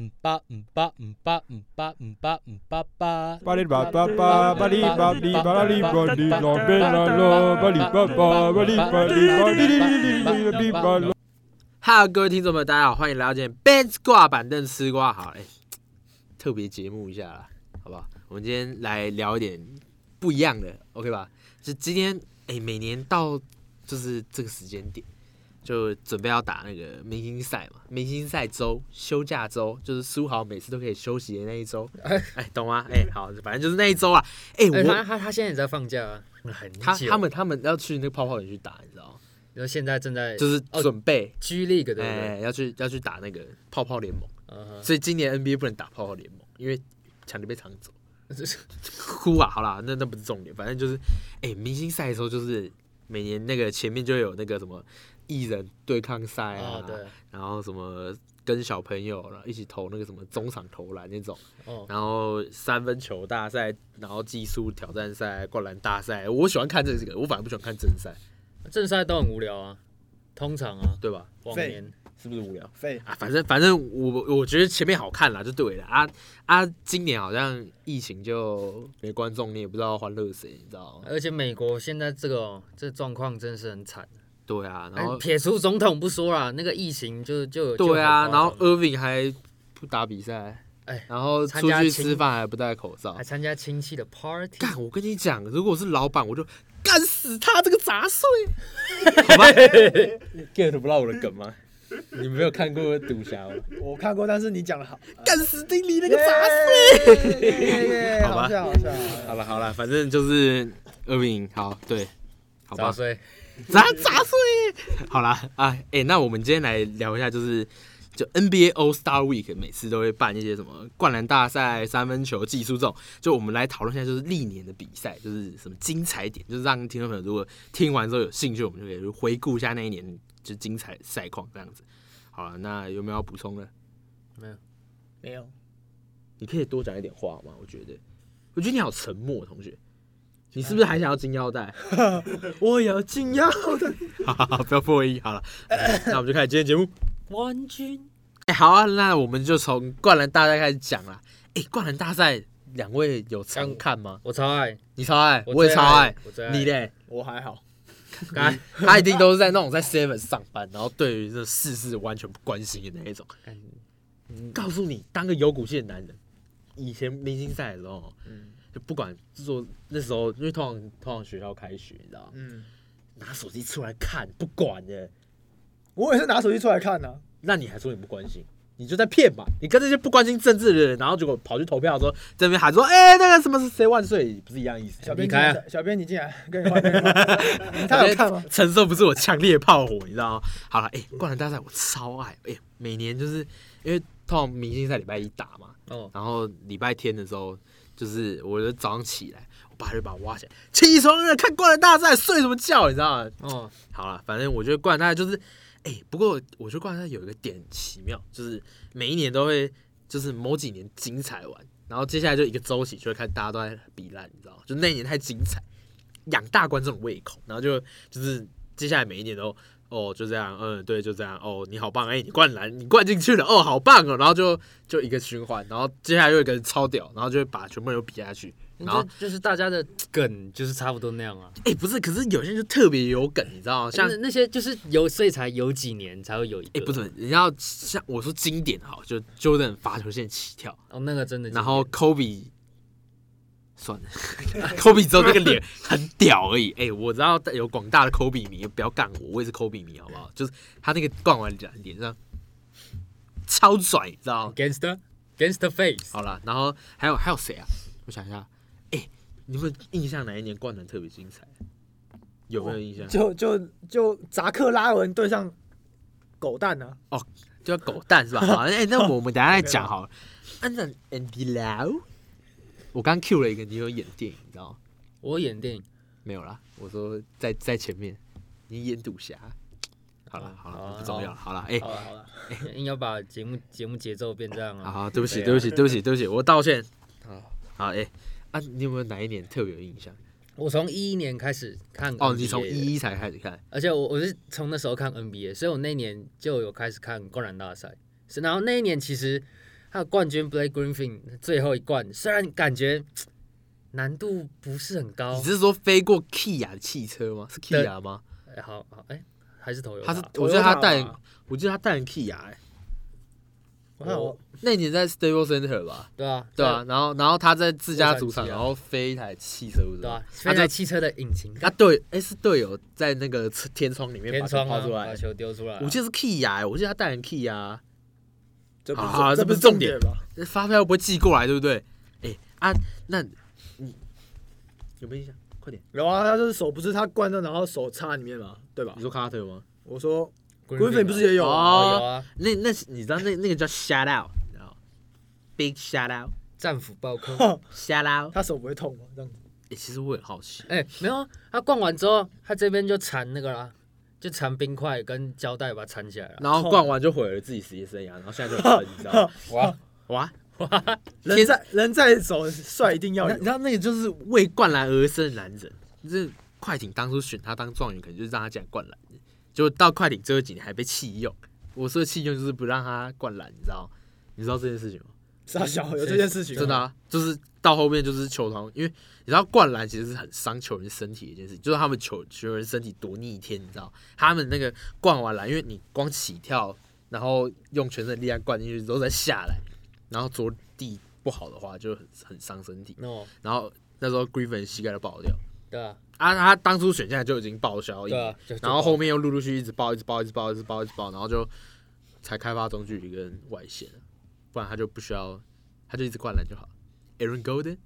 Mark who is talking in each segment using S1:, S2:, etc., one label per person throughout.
S1: 嗯吧嗯吧嗯吧嗯吧嗯吧嗯吧吧。
S2: 巴里巴巴巴巴里巴里巴拉里巴里拉贝拉拉巴里巴巴巴里巴里巴里里里里里里巴拉。
S3: 哈喽，各位听众们，大家好，欢迎来到今天 Benz 挂板凳吃瓜好，哎、特别节目一下啦，好不好？我们今天来聊一点不一样的，OK 吧？是今天哎、每年到就是这个时间点，就准备要打那个明星赛嘛，明星赛周、休假周，就是苏豪每次都可以休息的那一周，哎、懂吗？哎、好，反正就是那一周啊，哎、
S4: 哎、
S3: 我
S4: 他他他现在也在放假啊，很久。
S3: 他他们他们要去那个泡泡里去打，你知道吗？
S4: 然后现在正在
S3: 就是
S4: 哦
S3: 准备。
S4: G League 对不
S3: 哎、
S4: 对？
S3: 要去要去打那个泡泡联盟，
S4: 嗯哼
S3: 所以今年 NBA 不能打泡泡联盟，因为抢着被抢 走。哭啊，好啦，那那不是重点，反正就是，哎、明星赛的时候就是每年那个前面就会有那个什么艺人对抗赛啊，
S4: 哦对，
S3: 然后什么跟小朋友然后一起投那个什么中场投篮那种，
S4: 哦，
S3: 然后三分球大赛，然后技术挑战赛、灌篮大赛，我喜欢看这个，我反而不喜欢看正赛，
S4: 正赛都很无聊啊，通常啊，
S3: 对吧？
S4: 往
S5: 废
S4: 年
S3: 是不是无聊？
S5: 废
S3: 啊，反正反正我我觉得前面好看啦，就对了啊啊！今年好像疫情就没观众，你也不知道欢乐谁，你知道吗？
S4: 而且美国现在这个哦这状况真是很惨。
S3: 对啊，然
S4: 哎
S3: 后
S4: 撇除总统不说啦，那个疫情就就就
S3: 对啊，
S4: 很夸张
S3: 然后 Irving 还不打比赛，
S4: 哎
S3: 然后
S4: 参
S3: 出
S4: 加
S3: 去
S4: 亲
S3: 吃饭还不戴口罩
S4: 啊还。参加亲戚的 party，
S3: 干，我跟你讲，如果我是老板，我就干死他这个杂碎，好吧？get 不到我的梗吗？你没有看过赌侠吗？
S5: 我看过，但是你讲的好，
S3: 干死丁力
S5: 那
S3: 那个杂碎。
S5: 碎
S3: 哎好吧
S5: 好笑好笑。
S3: 好了好了，反正就是二饼，好对，好吧
S4: 杂，碎
S3: 砸砸碎。好啦啊，哎、那我们今天来聊一下，就是就 NBA All Star Week 每次都会办一些什么灌篮大赛、三分球技术这种，就我们来讨论一下，就是历年的比赛，就是什么精彩点，就是让听众朋友如果听完之后有兴趣，我们就可以回顾一下那一年就精彩的赛况这样子。好了，那有没有要补充的？
S5: 没有，
S3: 你可以多讲一点话吗？我觉得，我觉得你好沉默，同学，你是不是还想要金 腰带？我也要金腰带。好好好，不要破音， 好了，那我们就开始今天节目。
S4: 冠军
S3: 哎、好啊，那我们就从灌篮大赛开始讲啦。哎、灌篮大赛，两位有常看吗？
S4: 哎我超爱，
S3: 你超爱，我
S4: 最
S3: 也超爱，，
S4: 我最爱
S3: 你嘞？
S5: 我还好。
S4: 干
S3: 他一定都是在那种在 Seven 上班，然后对于这世事完全不关心的那一种。
S4: 干
S5: 嗯
S3: 告诉你，当个有骨气的男人，以前明星赛的时候，
S5: 嗯
S3: 就不管做那时候，因为通常通常学校开学，你知道吗，
S5: 嗯，
S3: 拿手机出来看，不管的，
S5: 我也是拿手机出来看的。
S3: 那你还说你不关心？你就在骗嘛！你跟这些不关心政治的人，然后结果跑去投票的时候，这边喊说：“哎、那个什么是谁万岁？”不是一样意思？
S5: 小编
S4: 你开啊
S5: 进来小编你进来，跟你换。跟你换他有看吗？
S3: 承受不住我强烈的炮火，你知道吗？好了，哎、灌篮大赛我超爱，哎、每年就是因为通常明星赛礼拜一打嘛，
S4: 哦，
S3: 然后礼拜天的时候，就是我就早上起来，我爸就把我挖起来，起床了，看灌篮大赛，睡什么觉，你知道吗？
S4: 哦，
S3: 好了，反正我觉得灌篮大赛就是，哎、不过我觉得灌篮大赛有一个点很奇妙，就是每一年都会，就是某几年精彩完，然后接下来就一个周期就会看大家都在比烂，你知道吗？就那一年太精彩，养大观众的胃口，然后就就是接下来每一年都。哦，就这样，嗯，对，就这样。哦，你好棒，哎、你灌篮，你灌进去了，哦，好棒哦。然后就就一个循环，然后接下来又一个人超屌，然后就会把全部人都比下去。然后
S4: 就，就是大家的梗就是差不多那样啊，
S3: 哎、不是，可是有些人就特别有梗，你知道吗？像
S4: 那那些就是有所以才有几年才会有一
S3: 哎、
S4: 个，
S3: 不准，人家像我说经典好，就 Jordan 罚球线起跳，
S4: 哦，那个真的经典，
S3: 然后 Kobe 算了，Kobe 只有那个脸很屌而已。哎、我知道有广大的 Kobe 迷，不要干我，我也是 Kobe 迷，好不好？就是他那个灌完脸脸上超拽，你知道吗？
S4: gangster gangster face，
S3: 好了，然后还有还有谁啊？我想一下，哎、你们印象哪一年灌篮特别精彩？有没有印象？
S5: 就就就扎克拉文对上狗蛋呢？
S3: 就叫狗蛋是吧？好，哎、那我们等一下再讲好了。按照 Andy Lau，我刚 Q 了一个，你有演电影，你知道吗？
S4: 我演电影，
S3: 没有啦，我说在在前面，你演赌侠。好了好
S4: 好
S3: 了，
S4: 啊
S3: 不重要了。好了，哎、
S5: 好了好了，
S4: 硬要把节目节目节奏变这样
S3: 好
S4: 啊，
S3: 好，对不起
S5: 对啊
S3: 对不起对不起对不起，我道歉。好，好，哎、啊，你有没有哪一年特别有印象？
S4: 我从一一年开始看 NBA 的，
S3: 哦，你从一一才开始看，
S4: 而且我我是从那时候看 NBA，所以我那一年就有开始看灌篮大赛。是，然后那一年其实他的冠军 Blake Griffin 最后一冠，虽然感觉难度不是很高
S3: 你，是说飞过 Kia 的汽车吗？是
S4: 哦对
S3: Kia 吗？
S4: 哎，好好哎，还是头油吧。
S3: 他是，我记得他
S5: Toyota
S3: 带
S5: 吧，
S3: 我记得他带 Kia 哎，
S5: 我看我
S3: 那年在 Stable Center 吧，
S4: 对啊，
S3: 对啊，然后然后他在自家主
S4: 洛杉
S3: 场，
S4: 矶啊
S3: 然后飞一台汽车，不是
S4: 对啊
S3: 吗，？
S4: 飞在汽车的引擎
S3: 他队哎是队友在那个天窗里面
S4: 天
S3: 把
S4: 窗
S3: 球
S4: 啊
S3: 抛出
S4: 把
S3: 来，
S4: 球丢出来啊，
S3: 我记得是 Kia，哎我记得他带 Kia，
S5: 这不
S3: 啊
S5: 是这
S3: 这不
S5: 不
S3: 是
S5: 是
S3: 重
S5: 重
S3: 点
S5: 点吧？
S3: 那发票不会寄过来，对不对？哎啊，那你有没有印象？快点，
S5: 有啊，他就是手不是他灌到，然后手插里面嘛，对吧
S3: 你？说 Carter 吗？
S5: 我说
S4: Griffin
S5: Griffin 不是也有
S3: 哦
S5: 啊？
S4: 哦有啊，
S3: 那那是你知道那那个叫 shout out，你知道吗？Big shout out，shout
S4: 战斧爆坑。
S3: out。
S5: 他手不会痛吗？这样子
S3: 哎、其实我很好奇，
S4: 哎、没有啊，他逛完之后，他这边就缠那个啦，就缠冰块跟胶带把它缠起来了。
S3: 然后逛完就毁了自己职业生涯，然后现在 就很恨，你知道吗？
S4: 哇，
S3: 哇！
S5: 人在人在手，帅一定要
S3: 那
S5: 有
S3: 你知。道那个就是为灌篮而生的男人，就是快艇当初选他当状元，可能就是让他进来灌篮，结果到快艇最后几年还被弃用。我说的弃用就是不让他灌篮，你知道？你知道这件事情吗？
S5: 傻小有这件事情啊，
S3: 真的啊，就是到后面就是球团，因为你知道灌篮其实是很伤球员身体的一件事情，就是他们球球员身体多逆天，你知道？他们那个灌完篮，因为你光起跳，然后用全身的力量灌进去之后再下来，然后着地不好的话就很很伤身体。
S4: no，
S3: 然后那时候 Griffin 膝盖就爆掉，
S4: 哦对啊，
S3: 啊，他当初选下来就已经报销一
S4: 对
S3: 年
S4: 啊，，就
S3: 然后后面又陆陆续续一直爆，一直爆，一直爆，一直爆，一直爆，然后就才开发中距离跟外线，不然他就不需要，他就一直灌篮就好。Aaron Golden，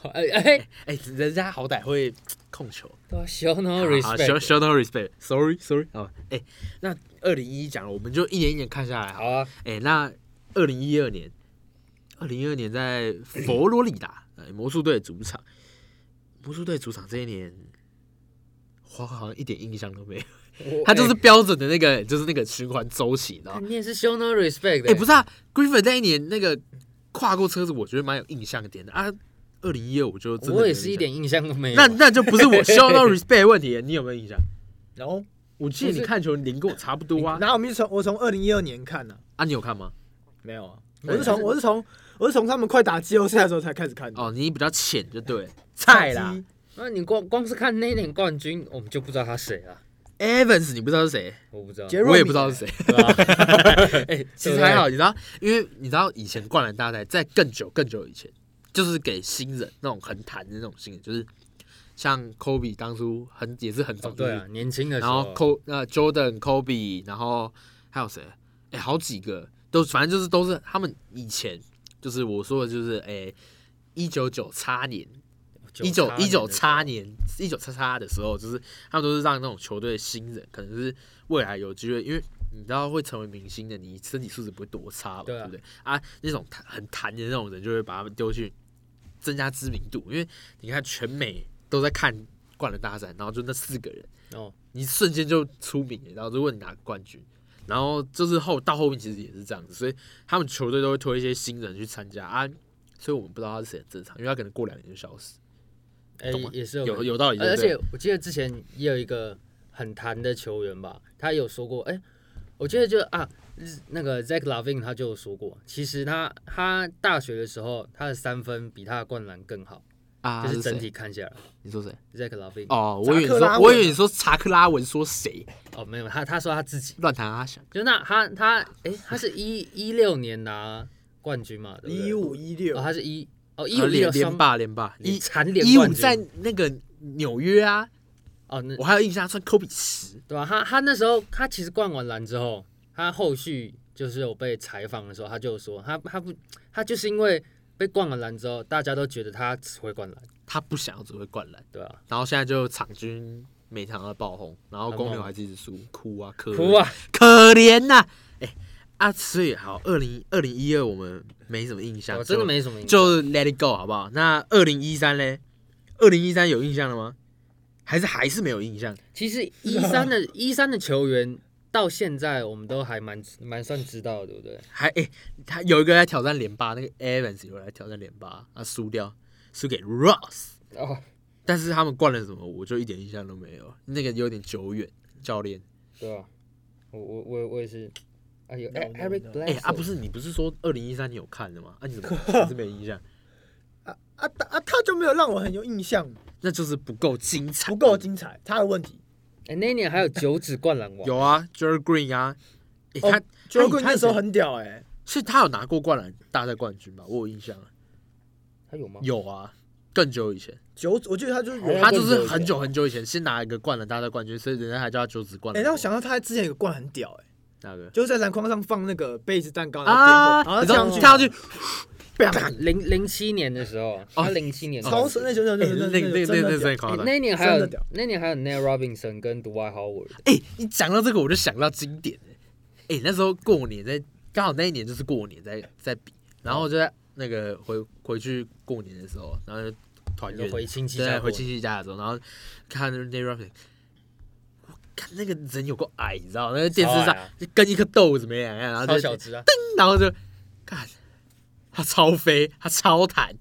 S4: 就哎哎，
S3: 哎、人家好歹会控球。
S4: 对啊，show no
S3: 好 show
S4: respect，
S3: show no respect，sorry sorry。好，哎、那二零一一讲了，我们就一年一年看下来好
S4: 好。啊，
S3: 哎、那二零一二年，二零一二年在佛罗里达，哎，魔术队的主场，魔术队主场这一年，我好像一点印象都没有。
S4: 我
S3: 他就是标准的那个，就是那个循环周期，你知道
S4: 哎
S3: 吗？
S4: 你也是 show no respect，
S3: 哎、不是啊，Griffin 那一年那个跨过车子，我觉得蛮有印象点的啊。二零一二我就真的没有
S4: 我也是一
S3: 印
S4: 点印象都没有
S3: 象，
S4: 啊。
S3: 那那就不是我 show no respect 的问题，你有没有印象？
S5: 然后
S3: 我记得你看球龄跟我差不多啊，
S5: 然后我们从我从二零一二年看的，
S3: 啊，你有看吗？
S5: 没有啊，
S4: 对
S5: 我是从我是从我是从他们快打季后赛的时候才开始看的。
S3: 哦，你比较浅就对了，菜啦
S5: 上季
S4: 那你光光是看那一年冠军，我们就不知道他谁了，
S3: ，Evans 你不知道是谁，
S4: 我不知道。
S5: 杰瑞米
S3: 我也不知道是谁。
S4: 对啊，
S3: 哎、其实还好，你知道，因为你知道以前灌篮大赛在更久更久以前，就是给新人那种很弹的那种新人，就是像 Kobe 当初很也是很早
S4: 哦
S3: 就是
S4: 对啊，年轻的时
S3: 然后
S4: 候，
S3: Co 那 Jordan、Kobe，然后还有谁？哎、好几个都，反正就是都是他们以前就是我说的就是哎。一九九叉年，一九一九叉
S4: 你，
S3: 年，一九叉叉的时候，就是他们都是让那种球队的新人，可能是未来有机会，因为你知道会成为明星的，你身体素质不会多差吧，
S4: 对啊
S3: 不对？啊，那种弹很弹的那种人，就啊会把他们丢去增加知名度，因为啊你看全美都在看灌篮大赛，然后就那四个人，
S4: 哦，
S3: 你瞬间就出名了，然后就问你拿冠军，然后就是后到后面其实也是这样子，所以他们球队都会推一些新人去参加啊，所以我们不知道他是谁很正常，因为他可能过两年就消失，
S4: 哎
S3: 懂吗
S4: 也是
S3: 有有道理，
S4: 而
S3: 对不对
S4: 且我记得之前也有一个很弹的球员吧，他有说过，哎、我记得就啊，日那个 Zach Lavin 他就有说过，其实他他大学的时候他的三分比他的灌篮更好，
S3: 啊，
S4: 就是
S3: 是
S4: 整
S3: 谁
S4: 体看下来
S3: 你说谁？
S4: ，Zach Lavin 哦
S3: 哦，我以为你
S5: 查克
S3: 说，
S5: 拉文
S3: 我以为你说查克拉文说谁
S4: 没有，他他说他自己，
S3: 乱弹阿翔，
S4: 就那他他哎、他是一一六年拿冠军嘛，对不对
S5: 一五一六
S4: 哦，他是一哦一
S3: 啊
S4: 五一六
S3: 连连霸连霸一
S4: 蝉联
S3: 一
S4: 冠
S3: 五
S4: 军
S3: 在那个纽约啊，
S4: 哦那
S3: 我还有印象他穿科比十，
S4: 对吧、他他那时候他其实灌完篮之后，他后续就是有被采访的时候，他就说他他不他就是因为被灌完篮之后，大家都觉得他只会灌篮，
S3: 他不想要只会灌篮，
S4: 对吧、
S3: 然后现在就场均每场都爆红，然后
S4: 很
S3: 公
S4: 猛
S3: 牛还是一直输，哭啊可
S4: 哭啊，
S3: 可怜呐、哎、啊，所以好，二零二零一二我们没什么印象，
S4: 我真的
S3: 就
S4: 没什么印象。
S3: 就 Let It Go 好不好？那二零一三嘞，二零一三有印象了吗？还是还是没有印象？
S4: 其实一三的一三的球员到现在我们都还蛮蛮算知道的，对不对？
S3: 还哎、他有一个来挑战连霸，那个 Evans 有来挑战连霸，啊，输掉，输给 Ross，
S4: 哦，
S3: 但是他们灌了什么，我就一点印象都没有，那个有点久远，教练
S4: 啊对吧、我我我我也是哎呦
S5: No, no,
S4: ，Eric
S5: no.
S4: Bledsoe，
S3: 哎、啊，不是你不是说二零一三你有看的吗？啊，你怎么还是没印象？
S5: 啊啊他啊！他就没有让我很有印象，
S3: 那就是不够精彩，
S5: 不够精彩，他的问题。
S4: 哎，那一年还有九指灌篮王，
S3: 有啊 j e r Green 啊，哎、
S5: 哦
S3: 他
S5: j o r g
S3: 他以前
S5: 那时候很屌哎、
S3: 是他有拿过灌篮大赛冠军吧？我有印象啊，
S4: 他有吗？
S3: 有啊，更久以前，
S5: 九，我记得他就是
S4: 还有
S5: 哎
S3: 他
S4: 更
S3: 就
S4: 久
S3: 是
S4: 以
S3: 很
S4: 前
S3: 久很久以前先拿一个灌篮大赛冠军，所以人家还叫他九指灌、篮。
S5: 欸让我想到他之前有个灌很屌哎、
S3: 哪个
S5: 就是在篮筐上放那个杯子蛋糕，然
S3: 啊
S5: 后颠簸，然后
S3: 你知道
S5: 上去，
S3: 跳上去，
S4: 零零七年的时候，他零七年的时候
S5: 超神那球，那
S3: 哎
S5: 球，
S3: 那
S5: 那
S3: 那
S5: 球真的
S3: 那那那
S5: 屌
S3: 真夸
S4: 哎
S3: 张。
S4: 那一年还
S5: 真的
S4: 有
S5: 屌
S4: 那一年还有 Nate Robinson 跟 Dwight Howard，
S3: 哎、你讲到这个，我就想到经典哎、哎、那时候过年在，刚好那一年就是过年在在比，然后就在那个回回去过年的时候，然后就团
S4: 你
S3: 圆
S4: 说回亲戚
S3: 对啊
S4: 家过
S3: 回亲戚家的时候，然后看那 Nate Robinson，我看那个人有够矮，你知道吗？那个电视
S4: 超
S3: 上
S4: 矮啊
S3: 就跟一颗豆子没两样，然后
S4: 超
S3: 就
S4: 小只啊，
S3: 然后就看他超飞，他超弹，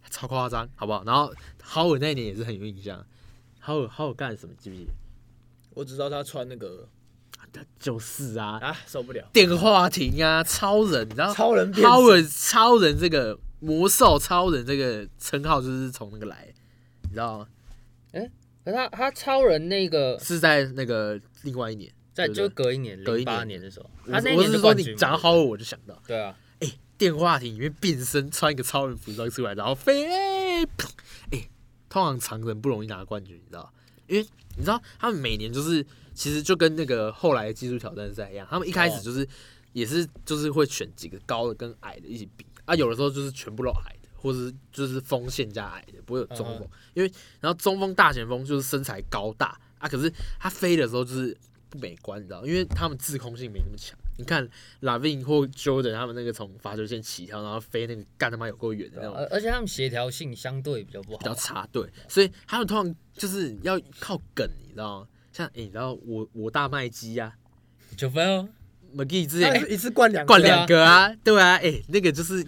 S3: 他超夸张，好不好？然后好我那一年也是很有印象，好我好我干什么记不记得？
S5: 我只知道他穿那个
S3: 就是啊，
S5: 啊，受不了，
S3: 电话亭啊，超人，然后
S5: 超人变
S3: 超
S5: 身
S3: 人超人这个魔兽超人这个称号就是从那个来的，你知道吗？
S4: 可他他超人那个
S3: 是在那个另外一年，
S4: 在
S3: 对
S4: 就隔一年
S3: 隔
S4: 零
S3: 一年
S4: 八年的时候，
S3: 我
S4: 他那一
S3: 我
S4: 年
S3: 是
S4: 的
S3: 说
S4: 冠
S3: 你
S4: 军嘛
S3: 讲到，好我就想到
S4: 对啊，
S3: 电话亭里面变身穿一个超人服装出来，然后飞，哎、砰哎通常常人不容易拿冠军，你知道吗？因为你知道他们每年就是其实就跟那个后来的技术挑战赛一样，他们一开
S4: 哦
S3: 始就是、也是就是会选几个高的跟矮的一起比啊，有的时候就是全部都矮的，或者是就是锋线加矮的，不会有中
S4: 嗯
S3: 锋，因为然后中锋大前锋就是身材高大啊，可是他飞的时候就是不美观，你知道吗，因为他们滞空性没那么强。你看拉 a v i n 或 Jordan 他们那个从罚球线起跳，然后飞那个干他妈有够远的那种
S4: 啊而而且他们协调性相对比较不
S3: 比较
S4: 好，
S3: 差，对，所以他们通常就是要靠梗，你知道吗？像、诶你知道我我大麦基啊
S4: 九分哦，
S3: ，McGee 之
S5: 他
S3: 前
S5: 也是一次灌两个
S3: 欸灌两个啊，对啊，哎、那个就是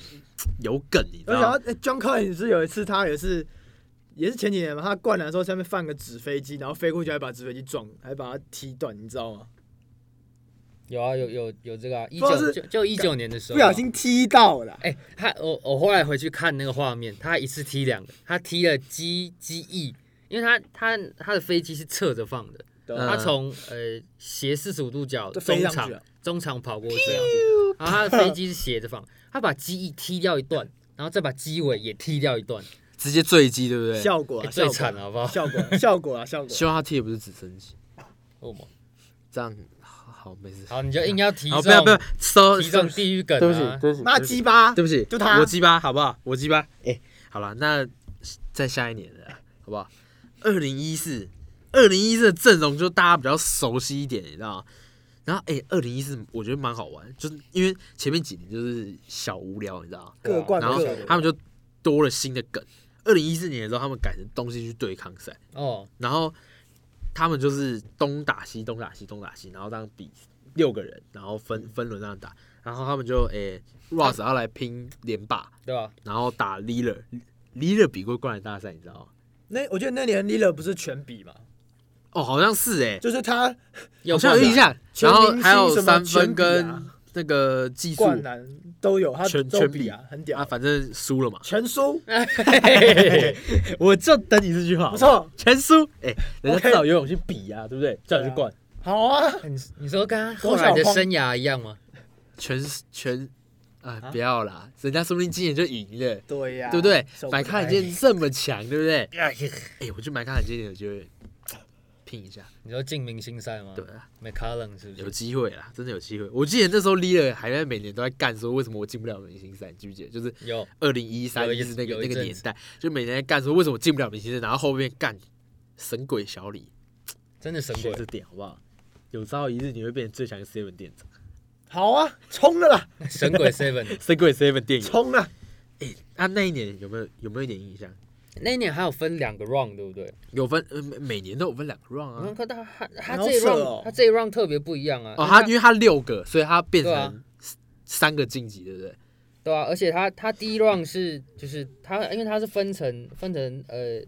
S3: 有梗，你知
S5: 我
S3: 道
S5: 想
S3: 吗
S5: 到、？欸、John Collins 是有一次，他也是也是前几年嘛，他灌篮的时候下面放个纸飞机，然后飞过去还把纸飞机撞，还把它踢断，你知道吗？
S4: 有啊有有有这个啊，一
S5: 知道
S4: 九
S5: 是
S4: 就就一九年的时
S5: 不
S4: 候啊，
S5: 小心踢到了，
S4: 哎、他我我后来回去看那个画面，他一次踢两个，他踢了机机翼，因为他他他的飞机是侧着放的，
S5: 对啊
S3: 嗯
S4: 他从呃斜四十五度角
S5: 就飞上
S4: 中
S5: 去
S4: 场
S5: 了
S4: 中场跑过去，然后他的飞机是斜着放，他把机翼踢掉一段，然后再把机尾也踢掉一段，
S3: 直接坠机，对不对？
S5: 效果、
S4: 哎
S5: 啊
S4: 最惨了好不好？
S5: 效 果啊、效果啊，效果啊、
S3: 希望他踢的不是直升机，
S4: 哦嘛
S3: 这样好好没事。
S4: 好，你就硬要提
S3: 好，
S4: 中
S3: 不要不要，收
S4: 提中
S3: 收，
S4: 地狱梗
S3: 对不起
S4: 啊，！
S3: 对不起，
S5: 妈
S3: 对不起
S5: 鸡巴，
S3: 对不起，
S5: 就他
S3: 我鸡巴，好不好？我鸡巴，哎、好了，那再下一年了，好不好？二零一四，二零一四的阵容就大家比较熟悉一点，你知道吗？然后，哎、2二零一四我觉得蛮好玩，就是因为前面几年就是小无聊，你知道吗？
S5: 各灌
S3: 然后
S5: 各
S4: 对
S5: 的。
S3: 他们就多了新的梗。二零一四年的时候，他们改成东西去对抗赛，
S4: 哦，
S3: 然后他们就是东打西，东打西，东打西，然后这样比六个人，然后分分轮这样打，然后他们就诶、Ross 啊要来拼连霸，
S4: 对吧？
S3: 然后打 l e a d e r l e a d e r 比过灌篮大赛，你知道吗？
S5: 那我觉得那年 l i l a 不是全比嘛，
S3: 哦，好像是诶、
S5: 就是他
S4: 有啊
S3: 好像有印象，
S5: 全
S3: 然后
S5: 明星
S3: 还有
S5: 什么
S3: 三分
S5: 全比啊
S3: 跟那个技术
S5: 灌篮都有，他
S3: 全
S5: 都
S3: 全
S5: 比
S3: 比
S5: 啊，很
S3: 啊，
S5: 屌，。
S3: 反正输了嘛
S5: 全输，
S3: 我就等你这句话
S5: 不，错，
S3: 全输。哎、人家
S5: OK
S3: 至少游泳去比啊，对不对？叫你去灌，
S5: 好啊，
S4: 你你说跟他后
S5: 国
S4: 来
S5: 小
S4: 的
S5: 荒
S4: 生涯一样吗？
S3: 全全，哎，
S5: 啊
S3: 不要啦，人家说不定今年就赢了。
S5: 对呀，
S3: 对不对
S5: 受？
S3: 买
S5: 了
S3: 看见这么强，对不对？哎，我去买看见有机会拼一下，
S4: 你说进明星赛吗？
S3: 对啊，
S4: ，McCallum 是不
S3: 有
S4: 是？
S3: 机会啦，真的有机会。我记得那时候 l e a 还在每年都在干，说为什么我进不了明星赛，你记不记得？就是
S4: 有，
S3: 二零一三
S4: 有一
S3: 就是那个
S4: 有一
S3: 那个
S4: 阵
S3: 年
S4: 子
S3: 代，就每年在干说为什么我进不了明星赛，然后后面干神鬼小李，
S4: 真的神
S3: 学
S4: 鬼
S3: 这点好不好？有朝一日你会变成最强 Seven 店长，
S5: 好啊，冲了啦，
S4: 神鬼 Seven
S3: 神鬼 Seven 店员。
S5: 冲了，
S3: 啊，那一年有没有有没有一点印象？
S4: 那一年还有分两个 round，对不对？
S3: 有分，呃每每年都有分两个 round 啊。
S4: 那可他他他
S5: 好
S4: 这一
S5: 扯
S4: round
S5: 哦
S4: 他这一 round 特别不一样啊。因
S3: 哦，
S4: 为
S3: 他因为他六个，所以他变
S4: 对啊
S3: 成三个晋级，对不对？
S4: 对啊，而且他他第一 round 是就是他因为他是分成分成呃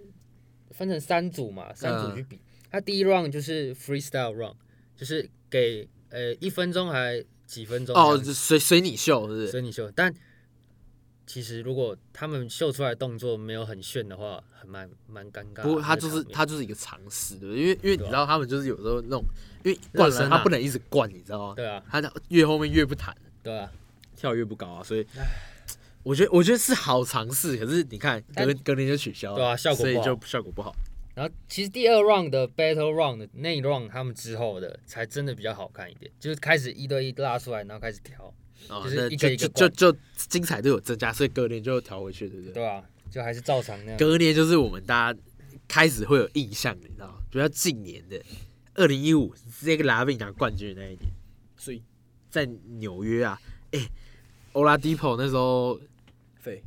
S4: 分成三组嘛，三组
S3: 嗯
S4: 去比。他第一 round 就是 freestyle round，就是给呃一分钟还几分钟
S3: 哦，
S4: 这样
S3: 就随随你秀，是不是？
S4: 所以你秀。但其实如果他们秀出来的动作没有很炫的话，很蛮蛮尴尬的那个场面。
S3: 不过他就是他就是一个尝试，对不对？因为因为你
S4: 对啊
S3: 知道他们就是有时候那种，因为灌
S4: 热
S3: 篮
S4: 身
S3: 他
S4: 啊
S3: 不能一直灌，你知道吗？
S4: 对啊
S3: 他的越后面越不弹，
S4: 对啊，
S3: 跳越不高啊，所以我觉得我觉得是好尝试，可是你看
S4: 但
S3: 隔隔年就取消了，
S4: 对啊效果
S3: 所以
S4: 不好
S3: 就效果不好。
S4: 然后其实第二 round 的 battle round 的那一 round 他们之后的才真的比较好看一点，就是开始一对一拉出来，然后开始调，
S3: 哦，
S4: 就是
S3: 那
S4: 一
S3: 就
S4: 个一
S3: 就
S4: 个
S3: 就
S4: 灌
S3: 就精彩度有增加，所以隔年就调回去，对不对？
S4: 对啊，就还是照常那样。
S3: 隔年就是我们大家开始会有印象，你知道吗？比较近年的，二零一五这个拉比拿冠军的那一年，所以在纽约啊，哎、欧拉迪 p 那时候，
S5: 废，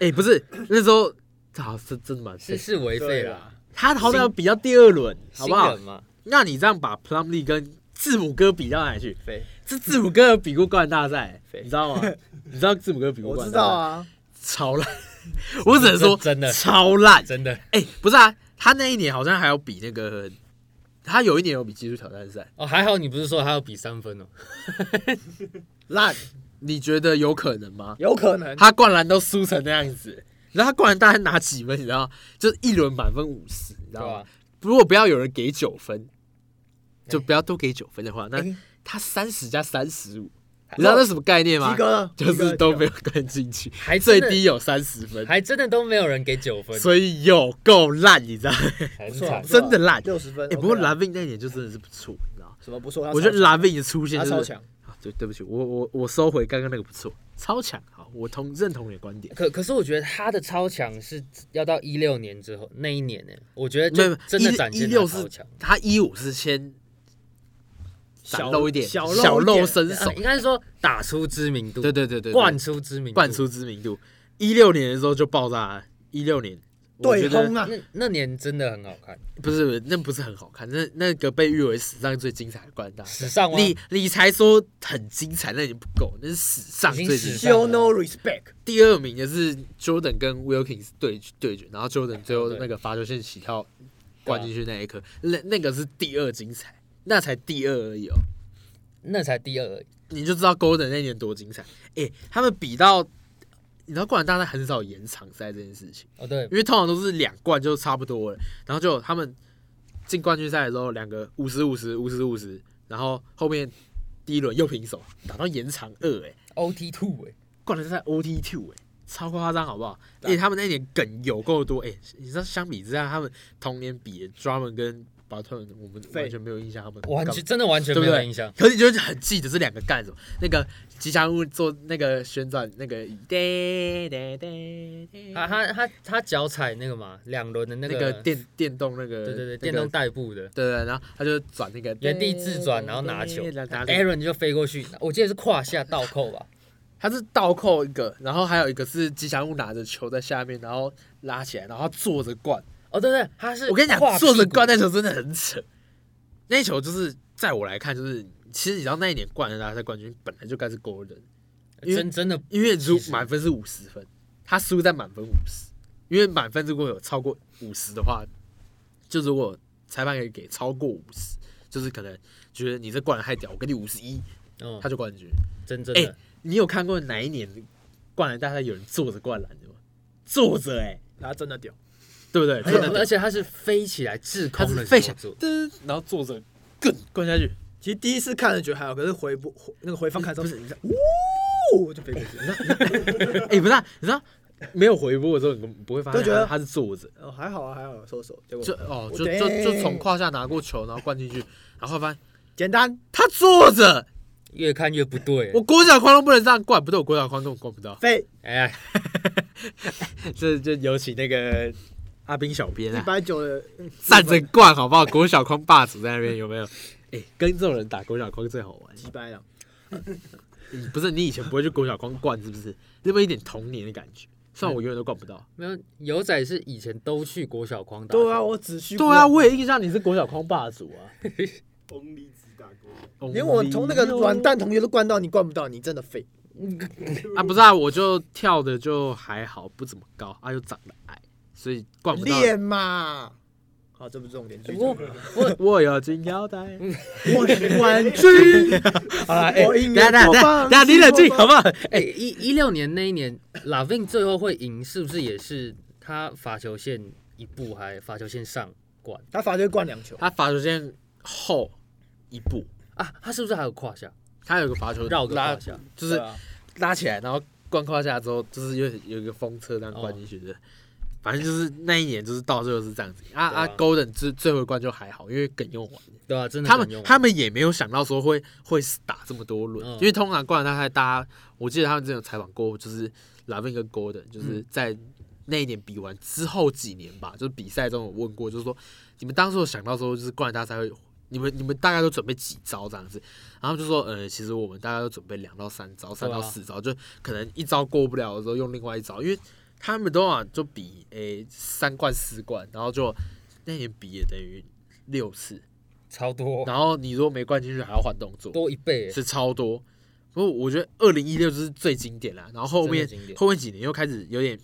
S3: 哎、不是那时候，啊，真真的 蛮
S4: 是
S3: 废，
S4: 是违
S5: 对
S4: 费
S5: 啦
S4: 啦，
S3: 他好歹要比到第二轮，啊好不
S4: 新
S3: 好
S4: 人？嘛，
S3: 那你这样把 Plumlee 跟字母哥比到哪里去？
S5: 废，
S3: 这字母哥有比过冠军 大赛，
S5: 废
S3: 你知道吗？你知道字母哥比过
S5: 我
S3: 冠
S5: 知
S3: 军大赛
S5: 道啊，
S3: 超烂， 我只能说
S4: 真真的
S3: 超烂，
S4: 真的
S3: 哎、不是啊，他那一年好像还有比那个，他有一年有比技术挑战赛，
S4: 哦，还好你不是说他要比三分哦，
S5: 烂，
S3: 你觉得有可能吗？
S5: 有可能。
S3: 他灌篮都输成那样子，你知道他灌篮大概拿几分？你知道，就是一轮满分五十，你知
S4: 对啊
S3: 道吗？
S4: 吧？
S3: 如果不要有人给九分，就不要都给九分的话，那
S5: 哎
S3: 他三十加三十五，你知道那什么概念吗
S5: 及？格了，
S3: 就
S5: 及格
S3: 是
S5: 了
S3: 都
S5: 及格
S3: 没有灌进去，
S4: 还真
S3: 最
S4: 的
S3: 低有三十分，
S4: 还真的都没有人给九分，
S3: 所以有够烂，你知道吗？
S4: 很
S5: 不错啊
S4: 惨
S5: 不。错啊
S3: 真的烂。
S5: 六十分。
S3: 哎、不过
S5: OK 啦
S3: 拉宾那一年就真的是不错，你知道吗？
S5: 什么不错？他
S3: 我觉得
S5: 超强
S3: 拉宾的出现
S5: 他
S3: 就
S5: 超
S3: 是
S5: 强，
S3: 啊，对，对不起，我我我收回刚刚那个不错，超强，好，我同认同你的观点。
S4: 可可是我觉得他的超强是要到一六年之后那一年呢，我觉得
S3: 没有
S4: 就真的展现他
S3: 16
S4: 超
S3: 是
S4: 强。
S3: 他一五是先展露一点，
S5: 小
S3: 小
S5: 露一点
S3: 身手
S4: 啊，应该是说打出知名度，
S3: 对对对对，
S4: 灌
S3: 对
S4: 出知名度，
S3: 灌出知名度。一六年的时候就爆炸了，一六年我
S5: 对
S3: 觉得
S5: 轰啊，
S4: 那那年真的很好看，
S3: 不是不是那不是很好看，那那个被誉为史上最精彩的冠军大
S4: 史
S3: 赛。
S4: 上吗
S3: 你你才说很精彩，那已经不够，那是史上
S4: 已经
S3: 最
S4: 史
S3: 精彩。
S4: 上
S5: show no respect，
S3: 第二名也是 Jordan 跟 Wilkins 对对决，然后 Jordan 最后那个罚球线起跳灌进去那一刻，那那个是第二精彩，那才第二而已哦，
S4: 那才第二而已。
S3: 你就知道 Golden 那年多精彩。诶、他们比到，你知道灌篮大赛很少延长赛这件事情，
S4: 哦，对，
S3: 因为通常都是两冠就差不多了，然后就他们进冠军赛的时候，两个五十五十五十五十，然后后面第一轮又平手，打到延长二、诶。
S4: OT Two 哎，
S3: 灌篮大赛 OT two 哎、超夸张好不好？
S4: 啊
S3: 而且他们那一年梗有够多哎、你知道相比之下，他们同年比 Drummond 跟 b u t o n 我们
S5: 废
S3: 完全没有印象他们
S4: 完
S3: 干嘛
S4: 全真的完全
S3: 对
S4: 没
S3: 不
S4: 有
S3: 对
S4: 印象。
S3: 可是你就是很记得这两个干什么？那个吉祥物做那个旋转那个，
S4: 他他他他脚踩那个嘛，两轮的啊那
S3: 那
S4: 个，
S3: 个电电动那个，
S4: 对对对，
S3: 那个
S4: 电动代步的。
S3: 对对，然后他就转那个
S4: 原地自转，然后拿球哎
S3: 拿球
S4: ，Aaron 就飞过去，我记得是胯下倒扣吧，
S3: 他是倒扣一个，然后还有一个是吉祥物拿着球在下面，然后拉起来，然后坐着灌。
S4: 哦，对对，他是
S3: 我跟你
S4: 跨
S3: 讲，
S4: 屁
S3: 坐着
S4: 股
S3: 灌那球真的很扯。那一球就是在我来看，就是其实你知道那一年冠的大赛冠军本来就该是 Golden，因为
S4: 真真的
S3: 因为如
S4: 其实
S3: 满分是五十分，他输在满分五十，因为满分如果有超过五十的话，就如果裁判可以给超过五十，就是可能觉得你这灌的太屌，我给你五十一，
S4: 嗯
S3: 他，就冠军。
S4: 真真
S3: 哎、
S4: 的，
S3: 你有看过哪一年灌篮大赛有人坐着灌篮的吗？坐着哎、
S5: 他真的屌，
S3: 对不对？
S4: 而
S3: 真的
S4: 且而且他是飞起来滞
S3: 他
S4: 空
S3: 是
S4: 的
S3: 废起来
S4: 动作，
S3: 噔，然后坐着，更灌下去。
S5: 其实第一次看了觉得还好，可是回不回那个回放看之后，呜就飞过去，
S3: 哎、不是、啊，你知道没有回波的时候，你根本不会发现
S5: 都觉得
S3: 他他是坐着，
S5: 哦还好啊还好，收手，结
S3: 就
S5: 果
S3: 哦，
S5: 我
S3: 就
S5: 得
S3: 就就从胯下拿过球，然后灌进去， 然后发现
S5: 简单
S3: 他坐着。
S4: 越看越不对
S3: 我。国小框都不能这样灌，不对，我国小框根本灌不到。
S5: 飞
S4: 哎呀，
S3: 这这有请那个阿兵小编
S5: 一
S3: 啊，
S5: 百九的
S3: 站着灌好不好？国小框霸主在那边有没有？ 哎、跟这种人打国小框最好玩。
S5: 击败了，
S3: 你嗯不是你以前不会去国小框灌是不是？有没有一点童年的感觉？虽然我永远都灌不到。
S4: 没有友仔是以前都去国小框打，
S5: 对啊，，我只需
S3: 对啊，我也印象你是国小框霸主啊。 红梨子打
S5: 连我从那个软蛋同学都灌到你灌不到，你真的废，
S3: 啊，不是啊，我就跳的就还好，不怎么高啊，又长得矮，所以灌不到。
S5: 练嘛，好，这不是重点。
S4: 不过
S3: 我有金腰 带。
S5: 我是玩 具，
S3: 好了，哎，
S5: 我音
S3: 等
S5: 乐
S3: 下等下
S5: 多
S3: 等下
S5: 棒
S3: 等下，你冷静好不好？
S4: 哎，一一六年那一年，Lavin 最后会赢，是不是也是他罚球线一步还罚球线上管
S5: 他罚球灌两球，
S3: 他罚球线后一步，
S4: 啊？他是不是还有胯下
S3: 他有个罚球
S4: 绕个
S3: 拉
S4: 胯，下？
S3: 就是
S5: 对啊
S3: 拉起来，然后灌胯下之后，就是有有一个风车这样灌进去的。反正就是那一年，就是到最后是这样子。啊
S4: 对啊
S3: 啊，Golden 最最后一关就还好，因为梗用完，
S4: 对啊，真的
S3: 他
S4: 很
S3: 们
S4: 用
S3: 他们也没有想到说会会打这么多轮，
S4: 嗯
S3: 因为通常灌篮大赛大家，我记得他们之前有采访过，就是 Lavin 跟 Golden，就是
S4: 嗯
S3: 在那一年比完之后几年吧，就是比赛中有问过，就是说你们当时有想到说就是灌篮大赛会，你们你们大概都准备几招这样子，然后就说呃，其实我们大概都准备两到三招，三
S4: 啊
S3: 到四招，就可能一招过不了的时候用另外一招，因为他们都啊就比诶、三冠四冠，然后就那年比也等于六次。
S4: 超多
S3: 然后你如果没灌进去，还要换动作，
S4: 多一倍，
S3: 是超多。不过我觉得二零一六就是最经典啦，然后后面
S4: 真的经典
S3: 后面几年又开始有点